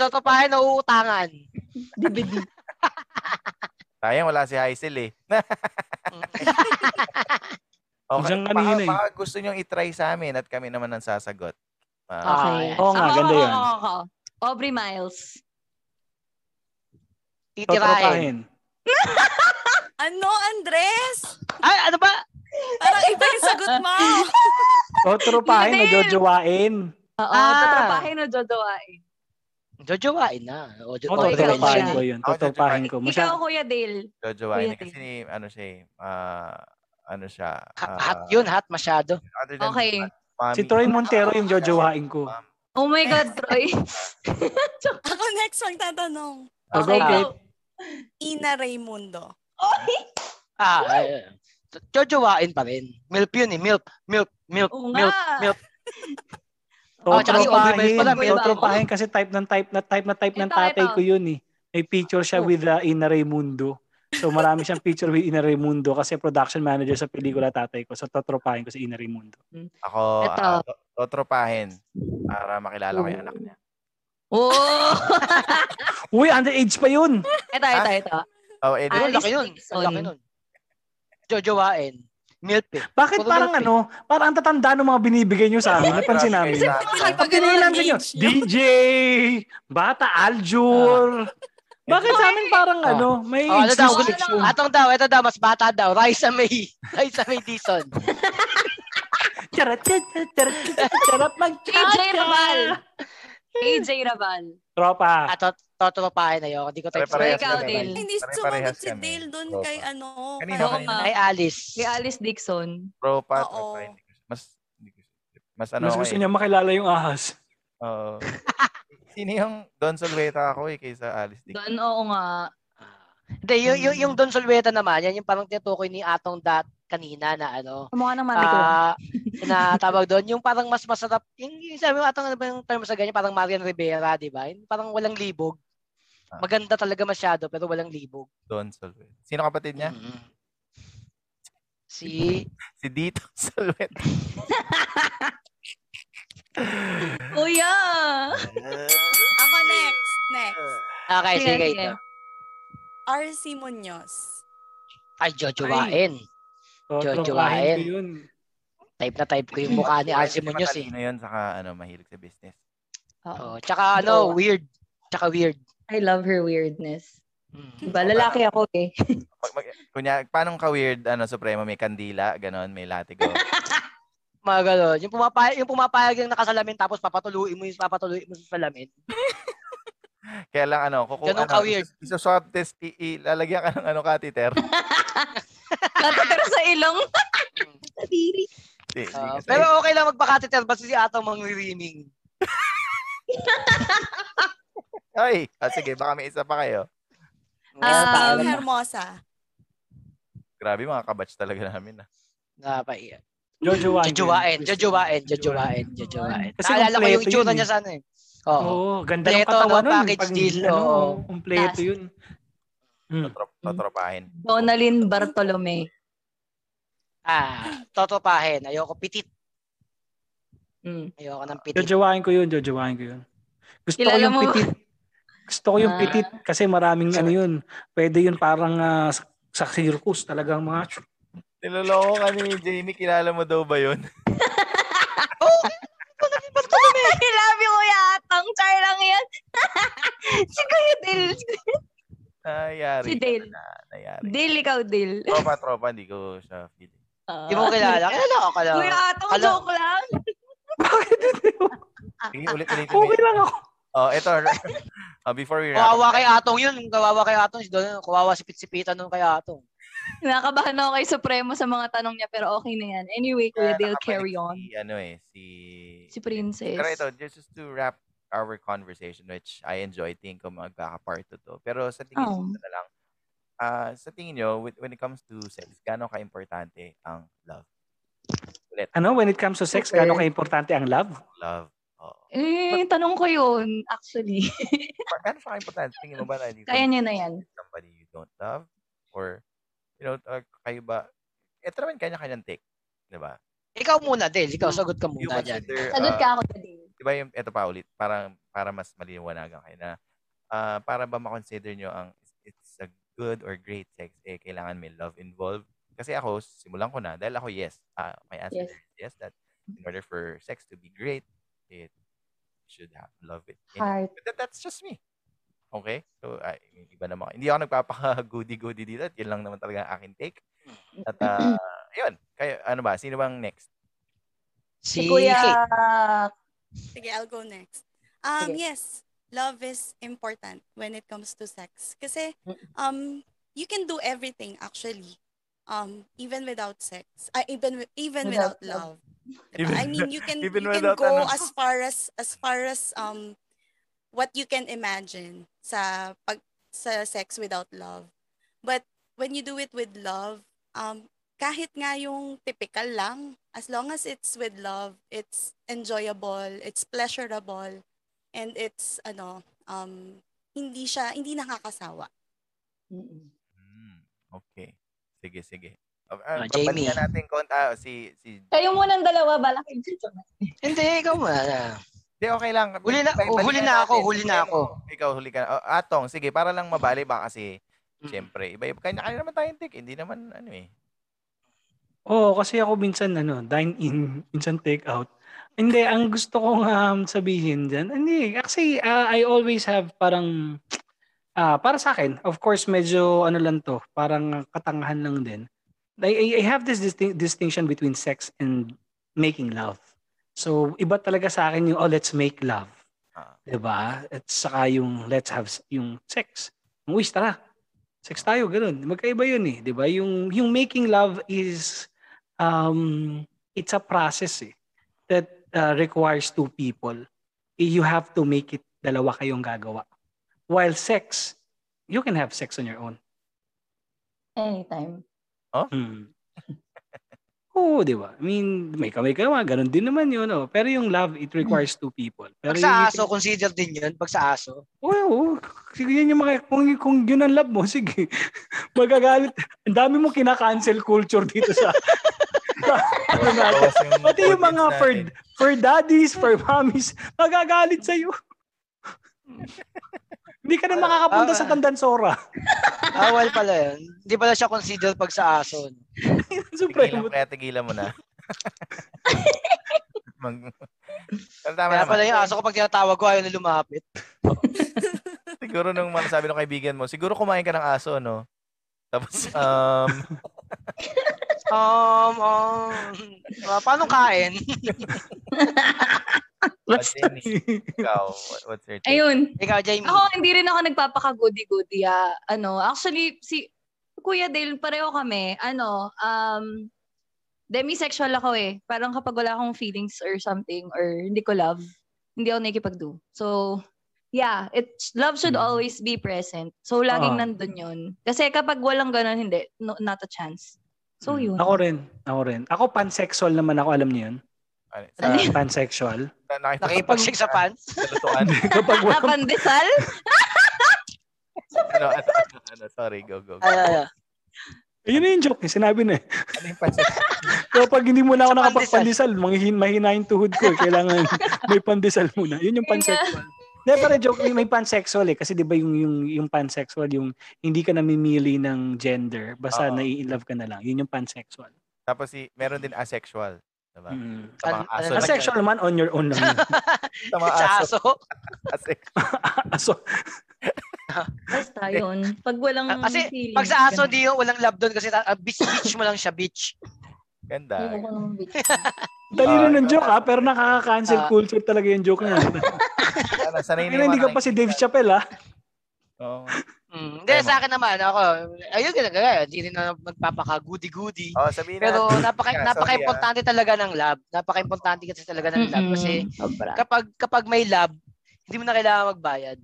Totopahin na uutangan. DVD. Sayang wala si Haisel eh. Okay, Diyan baka- kanina eh. baka gusto nyo i-try sa amin at kami naman ang sasagot. Ah, Okay. Oo nga, Ako, ganda ako, yun. ako, ako. Aubrey Miles. Titirahin. Totropahin. Ano, Andres? Ay, ano ba? Parang iba yung sagot mo. Totropahin o Hindi. Oh, jojowain. Oh, Oo, Ah. tatrapahin o jodowain. Jojowain na. O, jo- Ako Oh, o, ikaw, totropahin Jan. ko yun. Ako, Totropahin jojowain. ko. Ikaw, Masyad, Kuya Dale. Jojo Wine. Kuya Ting. Kasi ano siya eh. ah, ano siya. Hot, ah, hot yun, hot masyado. other than Okay. that, mami- si Troy Montero yung jojowain ko. Ma'am, Oh my God, Troy. Ako next magtatanong. Oh, okay, Ah. go, ikaw. Kate. Ina Raimundo. Oy! Ah, ay, ay. jojowain pa rin. Milk yun eh, milk, milk, milk, Oo nga. milk. milk. Oh, tsaka yung Aubrey Miles Totropahin. pala, may bago. Totropahin kasi type ng type na type na type ng Ito, tatay ito. ko yun eh. May picture siya Oh. with uh, Ina Raimundo. So marami siyang picture with Ina Raimundo kasi production manager sa pelikula tatay ko. So totropahin ko si Ina Raimundo. Ako, Ito. ah, to- totropahin para makilala ko yung anak niya. Oh! Uy, underage pa yun! ito, ito, ito. Oh, eh, di- Ang laki Alice yun. Ang Dixon. laki nun. Jojowain. Milk eh. Bakit Puro parang milk eh. ano, parang ang tatanda ng mga binibigay nyo sa amin. Napansin namin. Kasi Ang pinilan sa inyo, DJ, Bata Aljur. Bakit sa amin parang Ah. ano, may Oh, ano age daw? restriction. Atong daw, ito daw, mas bata daw. Raisa May. Raisa May Dison. Charot, charot, charot, charot, Ah, AJ Raval. mag-charot. AJ Raval. Tropa. At totropahin na yun. Hindi ko type Pare-parehas Ikaw, kami. Dale. Hindi Pare-parehas sumagot si kami. Dale doon Tropa. kay ano. Kanina, kay- kanina. Ay, Alice. Kay Alice Dixon. Tropa, Oo. tropa, hindi ko siya- Mas, hindi ko siya- mas ano Mas ako gusto eh. niya makilala yung ahas. Oo. Sino yung Don Solweta ako eh kaysa Alice Dick? Doon, oo nga. Hindi, yung, yung, yung Don Solweta naman, yan yung parang tinutukoy ni Atong Dat kanina na ano, Kumukha ng mami ko. ah na tawag doon, yung parang mas masarap, yung, yung sabi mo, Atong, ano ba yung term sa ganyan, parang Marian Rivera, di ba? Yung parang walang libog. Ah. Maganda talaga masyado, pero walang libog. Don Solweta. Sino kapatid niya? Mhm. Si, Si Dito Solweta. Kuya! Ako next. Next. ah, okay, sige, Sige, sige. ito. RC Munoz. Ay, jojowain. Trotropahin Jojowain. ko yun. Type na type ko yung mukha ni Arce Munoz eh. Matalino yun, saka ano, mahilig sa business. Oh, Oo. tsaka ano, Oo. weird. Tsaka weird. I love her weirdness. Mhm. Diba? Lalaki ako eh. Pag, mag, kunya, paano ka weird, ano, Supremo, may kandila, ganon, may latigo. Mga ganon. Yung pumapayag, yung pumapayag yung nakasalamin tapos papatuloyin mo yung papatuloyin mo sa salamin. Kaya lang, ano, kuku, Ganon ano, ka weird. isa- isa swab test, i- i- lalagyan ka ng ano, catheter. Katater sa ilong. Mm. Kadiri. Di- di Ah, kasi- pero okay lang magpakateter basta si Atong mangririming. Ay, ah, sige, baka may isa pa kayo. Ah, Christine Um, Hermosa. Grabe, mga kabatch talaga namin. Ah. Napaiya. Jojowain. ko Jojowain, yun. jojowain, jojowain, jojowain. Kasi Naalala ko kompleto yung itsura yun eh. niya sana eh. Oo. Oo, ganda ng Kompleto, katawan no? nun. Package Pag, deal, ano, oo. kompleto yun. Hmm. Totro- Totropahin. Donalyn Bartolome. Ah, totopahin. Ayoko pitit. Mm. Ayoko ng pitit. Jojowain ko yun, jojowain ko yun. Gusto ko Kilala yung mo- pitit. Gusto ko yung Ah. pitit kasi maraming Sir- ano yun. Pwede yun parang ah, sa- sa circus talagang mga Niloloko ka ni Jamie, kilala mo daw ba yun? I love you, Kuya Atang. Char lang yan. si Kuya Dale. Nangyari. Si Dale. Na, nangyari. Dale, ikaw, Dale. Tropa, tropa, hindi ko siya feeling. Ah. Hindi mo kilala. Kilala ko kala. Kuya Atang, Kala- joke lang. Ah, Sige, ulit-ulit. Ano Okay lang ako. Oh, ito. oh, before we wrap Kawawa kay Atong yun. Kawawa kay Atong. Si Don, kawawa si Pitsipitan nun kay Atong. Nakabahan ako kay Supremo sa mga tanong niya, pero okay na yan. Anyway, Kuya Dale, carry on. Si, ano eh, si... Si Princess. Pero ito, just, just to wrap our conversation, which I enjoy tingin ko magkaka-part to to. Pero sa tingin Oh. ko na lang, ah, sa tingin nyo, with, when it comes to sex, gano'ng ka-importante ang love? Ano, when it comes to sex, Super. gaano ka-importante ang love? Love. oh. Oo. Eh, tanong ko yun, actually. Pa- Gano'ng siya ka-importante? ano Tingin mo ba na you Kaya can niya na yan. somebody you don't love? Or, you know, uh, kayo ba? Ito naman kanya-kanyang take. Diba? Ikaw muna, Del. Ikaw, Hmm. sagot ka You muna dyan. consider, Sagot uh, ka ako, Kuya Dale. di ba yung, eto pa ulit, para, para mas maliwanagan kayo na, ah, para ba makonsider nyo ang, it's a good or great sex, eh, kailangan may love involved. Kasi ako, simulan ko na. Dahil ako, yes. Ah, my answer Yes. is yes. That in order for sex to be great, it should have love it. in it. Heart. But that, that's just me. Okay? So, ay, may iba naman. Hindi ako nagpapaka-goody-goody dito. At yun lang naman talaga ang akin take. At, ah, yun. Kayo, ano ba? Sino bang next? Si Kuya Sige, I'll go next. Um, Sige. yes, love is important when it comes to sex. Kasi, Mm. um, you can do everything actually. Um, even without sex. Uh, even wi- even Without without, love. Diba? Even- I mean, you can even you can without ano. go as far as as far as um what you can imagine sa pag sa sex without love. But when you do it with love, um kahit nga yung typical lang, as long as it's with love, it's enjoyable, it's pleasurable, and it's ano, um hindi siya hindi nakakasawa. Mm-mm. Hmm, okay. Sige, sige. Uh, Ah, Jamie. natin konti. Ah, si, si, Kayo munang dalawa, balak yung Hindi, ikaw muna. Hindi, okay lang. Huli na- Balik- oh, huli balikan na ako, natin. huli na Sabihin mo, Ikaw, huli ka na. Oh, atong, sige, para lang mabali ba kasi, Mm. syempre, iba, iba kanya-kanya naman tayong take. Hindi naman, ano eh. Oo, kasi ako minsan ano, dine in, minsan take out. Hindi, ang gusto kong um, sabihin dyan, hindi, kasi ah, I always have parang, ah para sa akin, of course, medyo ano lang to, parang katangahan lang din. I- I, I have this distin- distinction between sex and making love. So, iba talaga sa akin yung, oh, let's make love. Ah. 'Di ba? At saka yung, let's have, s- yung sex. Yung, Uy, tara, sex tayo, ganun. Magkaiba yun eh, 'di ba? Yung yung making love is um it's a process eh that uh, requires two people. Eh, You have to make it dalawa kayong gagawa. While sex, you can have sex on your own. Anytime. Hmm. Oo, di ba? I mean, may kamay ka naman, ganun din naman yun. Oh. Pero yung love, it requires two people. Pag Pero yung- sa aso, consider din yun. Pag sa aso. Oo, oo. Sige, yun yung mga, kung, kung yun ang love mo, sige. Magagalit. Ang dami mo kinakancel culture dito sa... ano natin. Bawas yung Pati yung mga audience for, natin. for daddies, for mommies, magagalit sa'yo. Hindi ka na makakapunta Ah. sa Tandansora. Bawal pala yun. Hindi pala siya consider pag sa aso. no? Tigilan mo, Supremo. kaya tigilan mo na. Mag... Pero tama Kaya naman. pala yung aso kapag tinatawag ko, ayaw na lumapit. Siguro nung masabi ng kaibigan mo, siguro kumain ka ng aso, no? Tapos, um, Um, um, ah, paano kain? Last Pati ni- time. ikaw, what- what's your take? Ayun. Ikaw, Jamie. Ako, hindi rin ako nagpapaka-goody-goody. ah. Ano, actually, si Kuya Dale, pareho kami. Ano, um, demisexual ako eh. Parang kapag wala akong feelings or something or hindi ko love, hindi ako nakikipag-do. So, yeah, it love should Mm. always be present. So, laging Ah. nandun yun. Kasi kapag walang ganun, hindi. No, not a chance. So, Mm. yun. Ako rin. Ako rin. Ako pansexual naman ako, alam niyo yun? Ano, Sa, Ano yun? Pansexual. sa, Nakipagsik sa pants. Sa lutuan. Kapag Ah, walang, pandesal? ano, ano, ano, ano, sorry, go, go, go. Ay, ay, ay. yun na yung joke. eh, Sinabi na eh. Ano yung pansit? Kapag hindi muna ako Sa nakapagpandesal, manghin, mahina yung tuhod ko. eh. Kailangan may pandesal muna. Yun yung pansexual. Hindi, pero joke, may, may pansexual eh. Kasi di ba yung, yung, yung pansexual, yung hindi ka namimili ng gender, basta Oo. nai-inlove ka na lang. Yun yung pansexual. Tapos si, meron din asexual. Diba? Mm. Sa mga An- aso. ano- Asexual man, on your own lang. yun. Sa mga Sa aso. aso. Asexual. Aso, Basta yun. Pag walang Ah, Kasi feelings. Pag sa aso, ganun. di yun, walang love doon kasi ta- ah, beach, beach mo lang siya, beach. Ganda. Hmm. Ayoko ng bitch. talino ng Ah. joke ah, pero nakaka-cancel Ah. culture talaga yung joke na yun. Sana, Ano, sanay Ayun, hindi ka pa si Dave Chappelle ah. Oo. Mm. Hindi, sa akin naman, ako, ayun, ganun, ganun. Hindi rin na magpapaka-goody-goody. Oh, sabihin Pero natin. napaka Yeah, sorry, napaka-importante talaga ng lab. Napaka-importante kasi talaga ng lab kasi kapag kapag may lab, hindi mo na kailangan magbayad.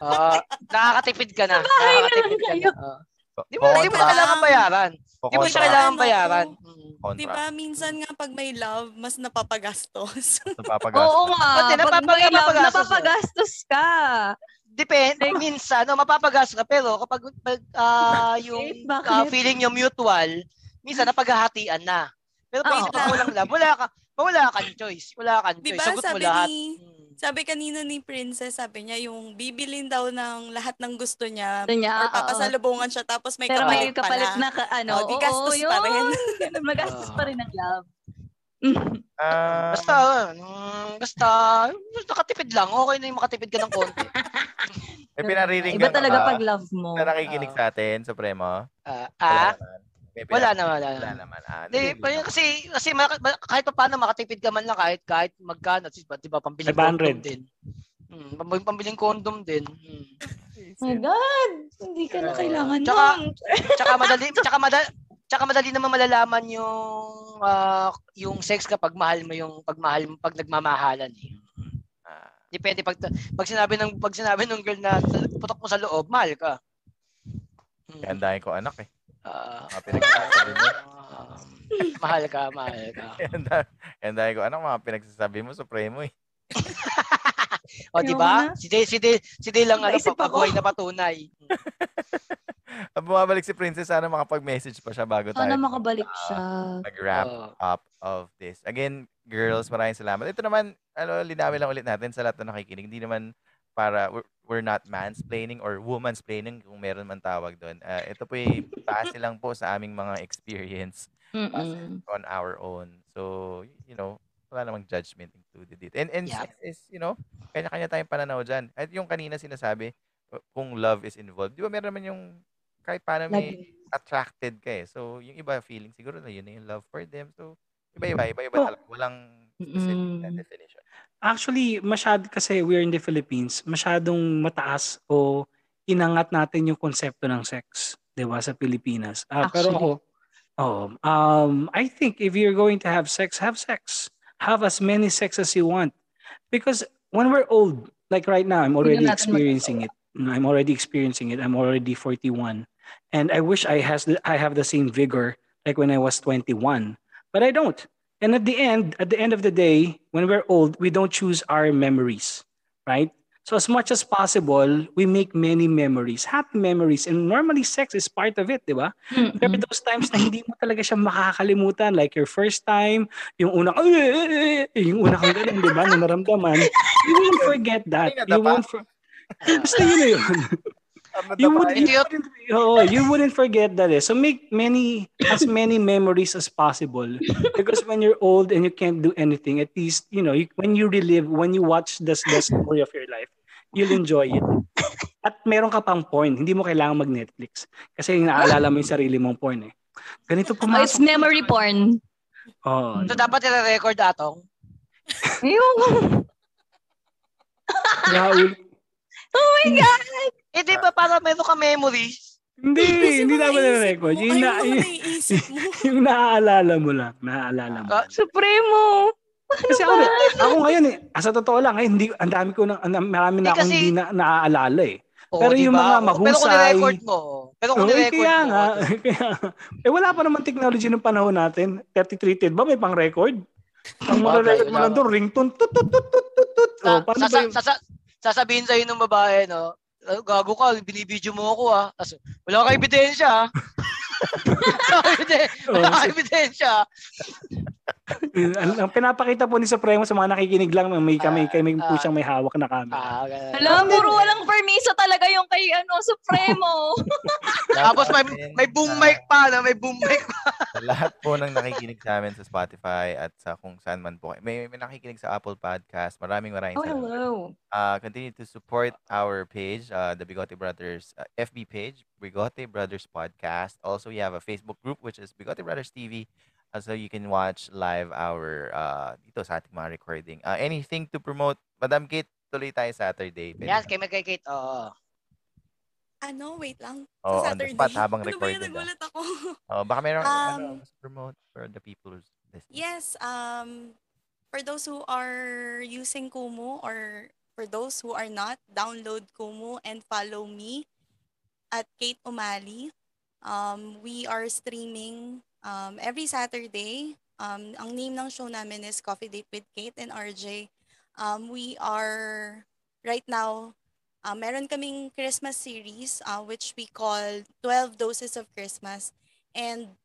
Oo, nakakatipid ka na. Nakakatipid ka na. oo. ah. Hindi mo, hindi mo na Kontra. kailangan bayaran. Hindi mo na siya Kontra. kailangan Ano? bayaran. Mm. Kontra. Di ba? Diba? Minsan nga pag may love, mas napapagastos. Napapagas. Oo nga. Pati Pag may napapag- love, napapagastos, napapagastos ka. Depende. Minsan, no, mapapagas ka. Pero kapag pag, ah, Wait, yung bakit? ah, feeling yung mutual, minsan napaghahatian na. Pero pag Oo. isip mo lang lab, wala ka, wala kang choice. Wala kang Ah, Di choice. ba? Sagot mo Diba? Sabi lahat. ni, Mm. Sabi kanina ni Princess, sabi niya, yung bibilin daw ng lahat ng gusto niya. Ito niya, "Ah, Or oo. papasalubungan siya, tapos may Pero may kapalit, kapalit pala. na ka, ano, Oh, di gastos oo, pa rin. yun. Ganun, Magastos pa rin ang love. Ah, Basta, mm, basta, basta nakatipid lang. Okay na yung makatipid ka ng konti. may pinariringgan Iba Eh, ka talaga ba pag love mo. na nakikinig sa atin, Supremo? Ah, ah, Wala naman. May wala pinariringgan na, wala ka? Wala na. naman. Ah, Hindi, pa yun kasi, kasi maka- ma- kahit pa paano makatipid ka man lang kahit, kahit magkano. Di ba, di ba pambiling 500. condom din. Hmm, pamb- pambiling condom din. Hmm. Oh my God! Hindi ka na Oo. kailangan Tsaka- nun. Tsaka madali, tsaka madali, tsaka madali naman malalaman yung ah, yung sex kapag mahal mo yung pag mahal mo pag nagmamahalan eh. Ah. Depende pag pag sinabi ng pag sinabi ng girl na putok mo sa loob, mahal ka. Hmm. Gandahin ko anak eh. Ah, Mga pinagsasabi mo. um, mahal ka, mahal ka. Ganda- Gandahin ko anak mga pinagsasabi mo, Supremo eh. O, di ba? Ayoko Si Dale, si Dale, si Dale lang ano, Naisip ako. pabuhay na patunay. Ah, Bumabalik si Princess, sana makapag-message pa siya bago tayo Sana makabalik siya. mag-wrap Oo. up of this. Again, girls, maraming salamat. Ito naman, ano, linawin lang ulit natin sa lahat na nakikinig. Hindi naman para, we're, we're not mansplaining or womansplaining kung meron man tawag doon. Ah, ito po ay base lang po sa aming mga experience Mm-mm. on our own. So, you know, wala namang judgment included dito. And, and Yeah. sex is, you know, kanya-kanya tayong pananaw dyan. At yung kanina sinasabi, uh, kung love is involved, di ba meron naman yung kahit paano may Lagi. attracted ka eh. So, yung iba feeling siguro na yun na yung love for them. So, iba-iba, iba-iba Oh. talaga. Walang specific na Mm. definition. Actually, masyad kasi we're in the Philippines, masyadong mataas o inangat natin yung konsepto ng sex, 'di ba, sa Pilipinas. Ah, pero ako, Actually. oh, um, I think if you're going to have sex, have sex. Have as many sex as you want. Because when we're old, like right now, I'm already natin experiencing it. Mm, I'm already experiencing it. I'm already 41. And I wish I has the, I have the same vigor like when I was 21, but I don't. And at the end, at the end of the day, when we're old, we don't choose our memories, right? So as much as possible, we make many memories, happy memories, and normally sex is part of it, di ba? There are Mm-mm. those times na hindi mo talaga siya makakalimutan. Like your first time, yung una, "Ay, ay, ay, ay," yung una kang ganun, di ba, na naramdaman. You won't forget that. Ay, You nadapa. won't for- Basta yun na yun. Ah, You, would, you, Idiot. wouldn't, oo, you wouldn't forget that eh. So make many, as many memories as possible. Because when you're old and you can't do anything, at least, you know, you, when you relive, when you watch the, the story of your life, you'll enjoy it. At meron ka pang porn. Hindi mo kailangan mag-Netflix. Kasi naaalala mo yung sarili mong porn eh. Ganito Oh, it's pumasok. memory porn. Oh, So, dapat i-record atong. Ayun. Raul. Oh my God! Eh, di ba para meron ka memories? Hindi, Kasi hindi mga naman naisip na record. mo, Yung, na, ayaw mo yung, naiisip mo. yung naaalala mo lang. Naaalala mo. Ah, lang. Supremo! Kasi ako, ako ngayon eh, ah, sa totoo lang, eh, hindi, ang dami ko, na, ang dami- marami na Eh, akong kasi- hindi na, naaalala eh. Oo, Pero di yung ba? Oo, mga diba? Pero kung mahusay- ni-record mo. Pero kung Oo, eh, ni-record mo. kaya oh. nga, oo. kaya, eh wala pa naman technology ng panahon natin. 33 ba may pang record? Ang Wala, record mo wala. lang doon, ringtone, tut, tut, tut, tut, tut, tut. oh. Sa, O, Oh, paano sa, ba yun? sa, sa, Ah, sasabihin sa'yo ng babae, no? "Ah, Gago ka, binibidyo mo ako ah. Tapos, wala kang ebidensya ah. wala kang ebiden- wala Oo, kang ebidensya. oh, ah. ang, ang pinapakita po ni Supremo sa mga nakikinig lang, may kami, kay may Ah, po siyang may hawak na camera. Ah, ganun. Alam, puro walang permiso talaga yung kay ano, Supremo. Tapos may, may boom mic pa, no? May boom mic pa. Sa lahat po ng nakikinig sa amin sa Spotify at sa kung saan man po. kayo. May, may nakikinig sa Apple Podcast. Maraming maraming oh, salamat. hello. uh, continue to support our page, uh, the Bigote Brothers uh, FB page, Bigote Brothers Podcast. Also, we have a Facebook group which is Bigote Brothers TV. Uh, so you can watch live our uh, dito sa ating mga recording. Uh, anything to promote? Madam Kate, tuloy tayo Saturday. Pwede Yan, ba? kay kay Kate. Oo. Ano, wait lang. Oo, Sa on the Saturday. spot habang ano ba recorded, yun? ah. Nagulat ako. Oh, baka meron ano, Um, gusto promote for the people who's listening. Yes, um, for those who are using Kumu or for those who are not, download Kumu and follow me at Kate Umali. Um, we are streaming um, every Saturday. Um, ang name ng show namin is Coffee Date with Kate and RJ. Um, we are right now, uh, meron kaming Christmas series uh, which we call 12 Doses of Christmas. And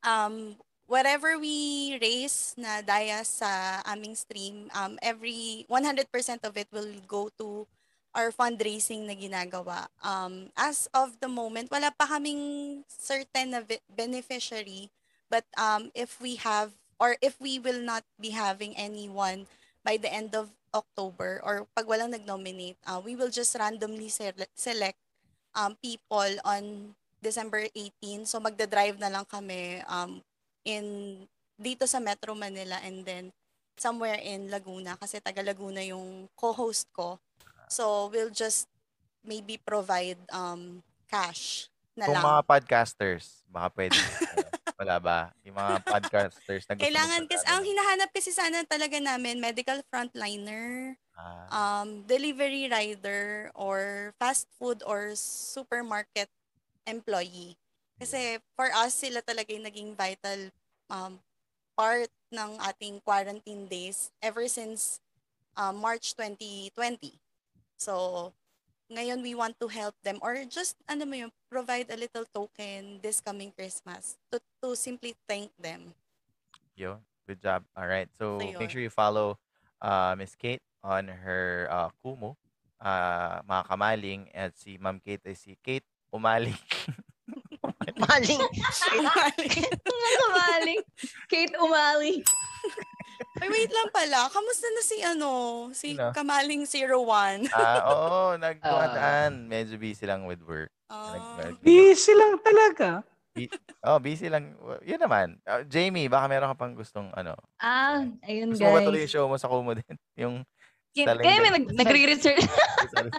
um, whatever we raise na daya sa aming stream, um, every 100% of it will go to our fundraising na ginagawa. Um, as of the moment, wala pa kaming certain na vi- beneficiary, but um, if we have or if we will not be having anyone by the end of October or pag walang nag-nominate, uh, we will just randomly sele- select um, people on December 18. So magdadrive na lang kami um, in dito sa Metro Manila and then somewhere in Laguna kasi taga Laguna yung co-host ko. So we'll just maybe provide um cash na Kung lang. mga podcasters, baka pwede. ano, wala ba? Yung mga podcasters na gusto Kailangan kasi magpadala ang ng- hinahanap kasi sana talaga namin medical frontliner, Ah, um delivery rider or fast food or supermarket employee. Kasi for us sila talaga yung naging vital um part ng ating quarantine days ever since uh, March 2020. So ngayon we want to help them or just ano mo yun, provide a little token this coming Christmas to to simply thank them. yun. Good job. All right. So, So, make yun. sure you follow uh, Miss Kate on her uh, Kumu, uh, mga kamaling, at si Ma'am Kate ay si Kate Umaling. Maling. Ang umaling. Kate umali. Ay, wait lang pala. Kamusta na si ano, si Sino? Kamaling 01? Ah, oo, Ah. nagtumataan. Medyo busy lang with work. Ah. Nag- nag- Busy lang talaga. oh, busy lang. Well, Yun naman. Ah, Jamie, baka meron ka pang gustong ano. Ah, ayun Gusto mo ba guys. tuloy yung show mo sa Kumu din? Yung Kaya Talaga. kaya may nag- nagre-research. Mag,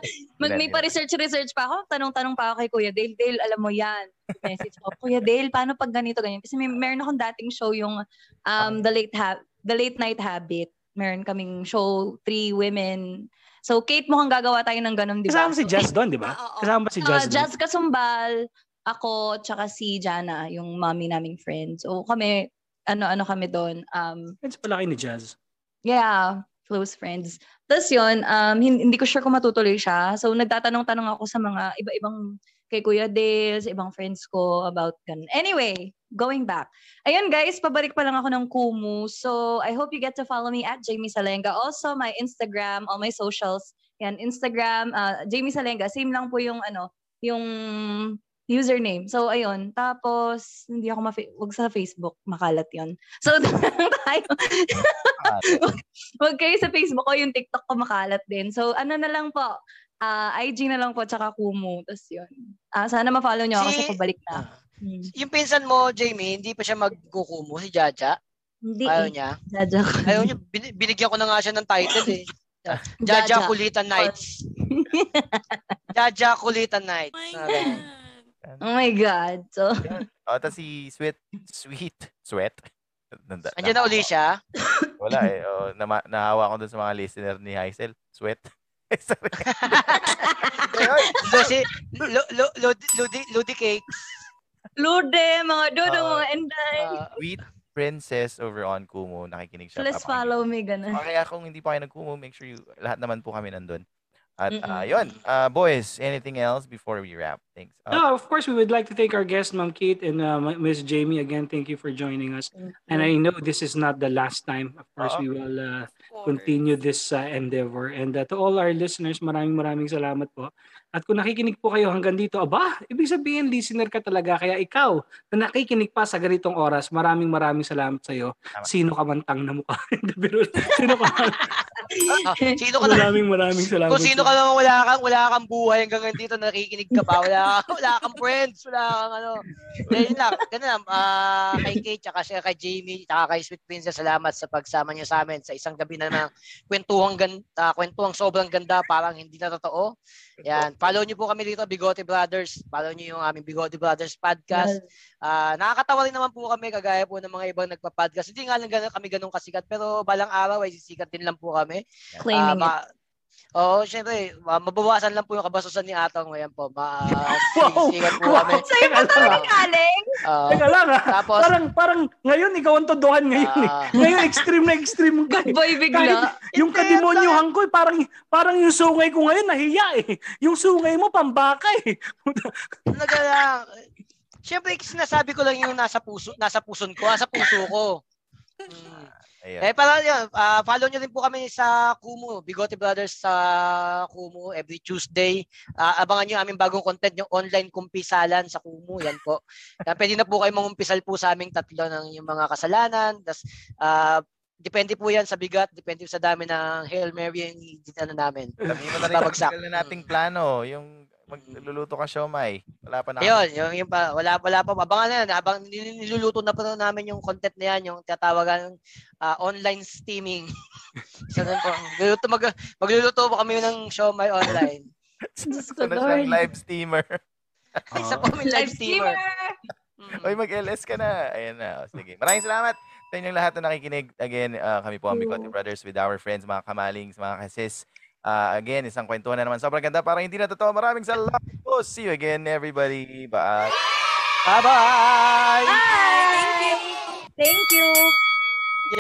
Ilan, may ilan? pa-research-research pa ako. Tanong-tanong pa ako kay Kuya Dale. Dale, alam mo yan. Message ko, Kuya Dale, paano pag ganito, ganyan? Kasi may, meron akong dating show yung um, the, late ha- the Late Night Habit. Meron kaming show, three women. So, Kate, mukhang gagawa tayo ng ganun, di ba? Kasama si Jazz doon, di ba? Ah, oo. Kasama ba si Ah, Jazz doon? Jazz Kasumbal, ako, tsaka si Jana, yung mommy naming friend. So, kami, ano-ano kami doon. Um, Friends pala kayo ni Jazz. Yeah, close friends. Tapos yun, um, hin- hindi ko sure kung matutuloy siya. So, nagtatanong-tanong ako sa mga iba-ibang kay Kuya Dale, sa ibang friends ko about ganun. Anyway, going back. Ayun guys, pabalik pa lang ako ng Kumu. So, I hope you get to follow me at Jamie Salenga. Also, my Instagram, all my socials. Yan, Instagram, ah, Jamie Salenga. Same lang po yung ano, yung username. So, ayun. Tapos, hindi ako ma- wag sa Facebook. Makalat yon So, doon lang tayo. Huwag kayo sa Facebook ko, yung TikTok ko makalat din. So, ano na lang po, ah, IG na lang po, tsaka Kumu. Tapos yun. Ah, sana ma-follow nyo ako kasi Si- pabalik na. ako. Hmm. Yung pinsan mo, Jamie, hindi pa siya magkukumo, si Jaja. Hindi Ayaw eh. niya. Jaja ko. Ayaw niya. Bin- binigyan ko na nga siya ng title eh. Jaja. Jaja Kulitan Nights. Jaja Kulitan Nights. Oh Ano My ganun. God. Oh my God. So, Oh, tapos si Sweet. Sweet. Sweet. Nanda, Andiyan na uli siya. Wala eh. Oh, nama, nahawa ko dun sa mga listener ni Heisel. Sweat. Sorry. So si Lu- Lu- Ludi, Ludi, Ludi Cake. Lude, mga dodo, Ah. mga enday. ah, Sweet Princess over on Kumu. Nakikinig siya. Please follow me, ganun. O kaya kung hindi pa kayo nag-Kumu, make sure you, lahat naman po kami nandun. At Mm-mm. ah, yun, Ah, boys, anything else before we wrap? Thanks. No, of course, we would like to thank our guest, Ma'am Kate and uh, Ma- Miss Jamie. Again, thank you for joining us. And I know this is not the last time. Of course, Oo. we will uh, Of course. continue this uh, endeavor. And uh, to all our listeners, maraming maraming salamat po. At kung nakikinig po kayo hanggang dito, aba, ibig sabihin listener ka talaga. Kaya ikaw na nakikinig pa sa ganitong oras, maraming maraming salamat sa iyo. Tama. Sino ka man tang na mukha? Hindi, biro lang. sino ka man? ah, sino ka na? Maraming maraming salamat. Kung sino sa ka iyo. naman, wala kang, wala kang buhay hanggang dito, nakikinig ka ba? Wala, wala kang friends, wala kang ano. Then yun lang, ganun lang. Ah, kay Kate, tsaka siya kay Jamie, tsaka kay Sweet Princess, salamat sa pagsama niyo sa amin sa isang gabi na ng kwentuhang, gan, ah, kwentuhang sobrang ganda, parang hindi na totoo. Yan, follow niyo po kami dito, Bigote Brothers. Follow niyo yung aming Bigote Brothers podcast. Ah, nakakatawa rin naman po kami kagaya po ng mga ibang nagpa-podcast. Hindi nga lang ganun, kami ganun kasikat, pero balang araw ay sisikat din lang po kami. Claiming uh, Ah, it. Oo, syempre, ma- mabawasan lang po yung kabastusan ni Atong ngayon po. Ma Wow! sisikat po Wow! ah. kami. Sa'yo pa to nanggaling? Oo. Teka lang ah. tapos, Parang, parang ngayon ikaw ang todohan ngayon eh. ah, Ngayon extreme na extreme ka eh. Boy, bigla. Yung Hindi, kademonyohan ko, eh, parang, parang yung sungay ko ngayon, nahiya eh. Yung sungay mo, pambaka eh. talaga lang. Siyempre, sinasabi ko lang yung nasa puso, nasa puson ko, nasa puso ko. Mm. Ayan. Eh, para yun, ah, follow nyo rin po kami sa Kumu, Bigote Brothers sa Kumu every Tuesday. Ah, abangan nyo aming bagong content, yung online kumpisalan sa Kumu, yan po. Kaya pwede na po kayo mangumpisal po sa aming tatlo ng yung mga kasalanan. Tas, ah, depende po yan sa bigat, depende sa dami ng Hail Mary yung dinano namin. Sabihin mo na rin Babagsak. tagal na nating plano, yung magluluto ka siomay. Wala pa na. Ayun, yung, yung pa, wala, wala pa. Abangan na yan. Abang nil- niluluto na pa namin yung content na yan, yung tatawagan ah, online steaming. so, nun po, magluluto, mag, magluluto po kami ng show my online. Diyos ko, Ano siyang Lord. live steamer. Isa po kami live steamer. Mm. Oy, mag-LS ka na. Ayan na. O, sige. Maraming salamat sa inyong lahat na nakikinig. Again, ah, kami po ang Bigote Brothers with our friends, mga kamalings, mga kasis. Ah, again, isang kwentuhan na naman. Sobrang ganda. Parang hindi na totoo. Maraming salamat po. See you again, everybody. Bye. Bye-bye! Bye! Thank you! Thank you.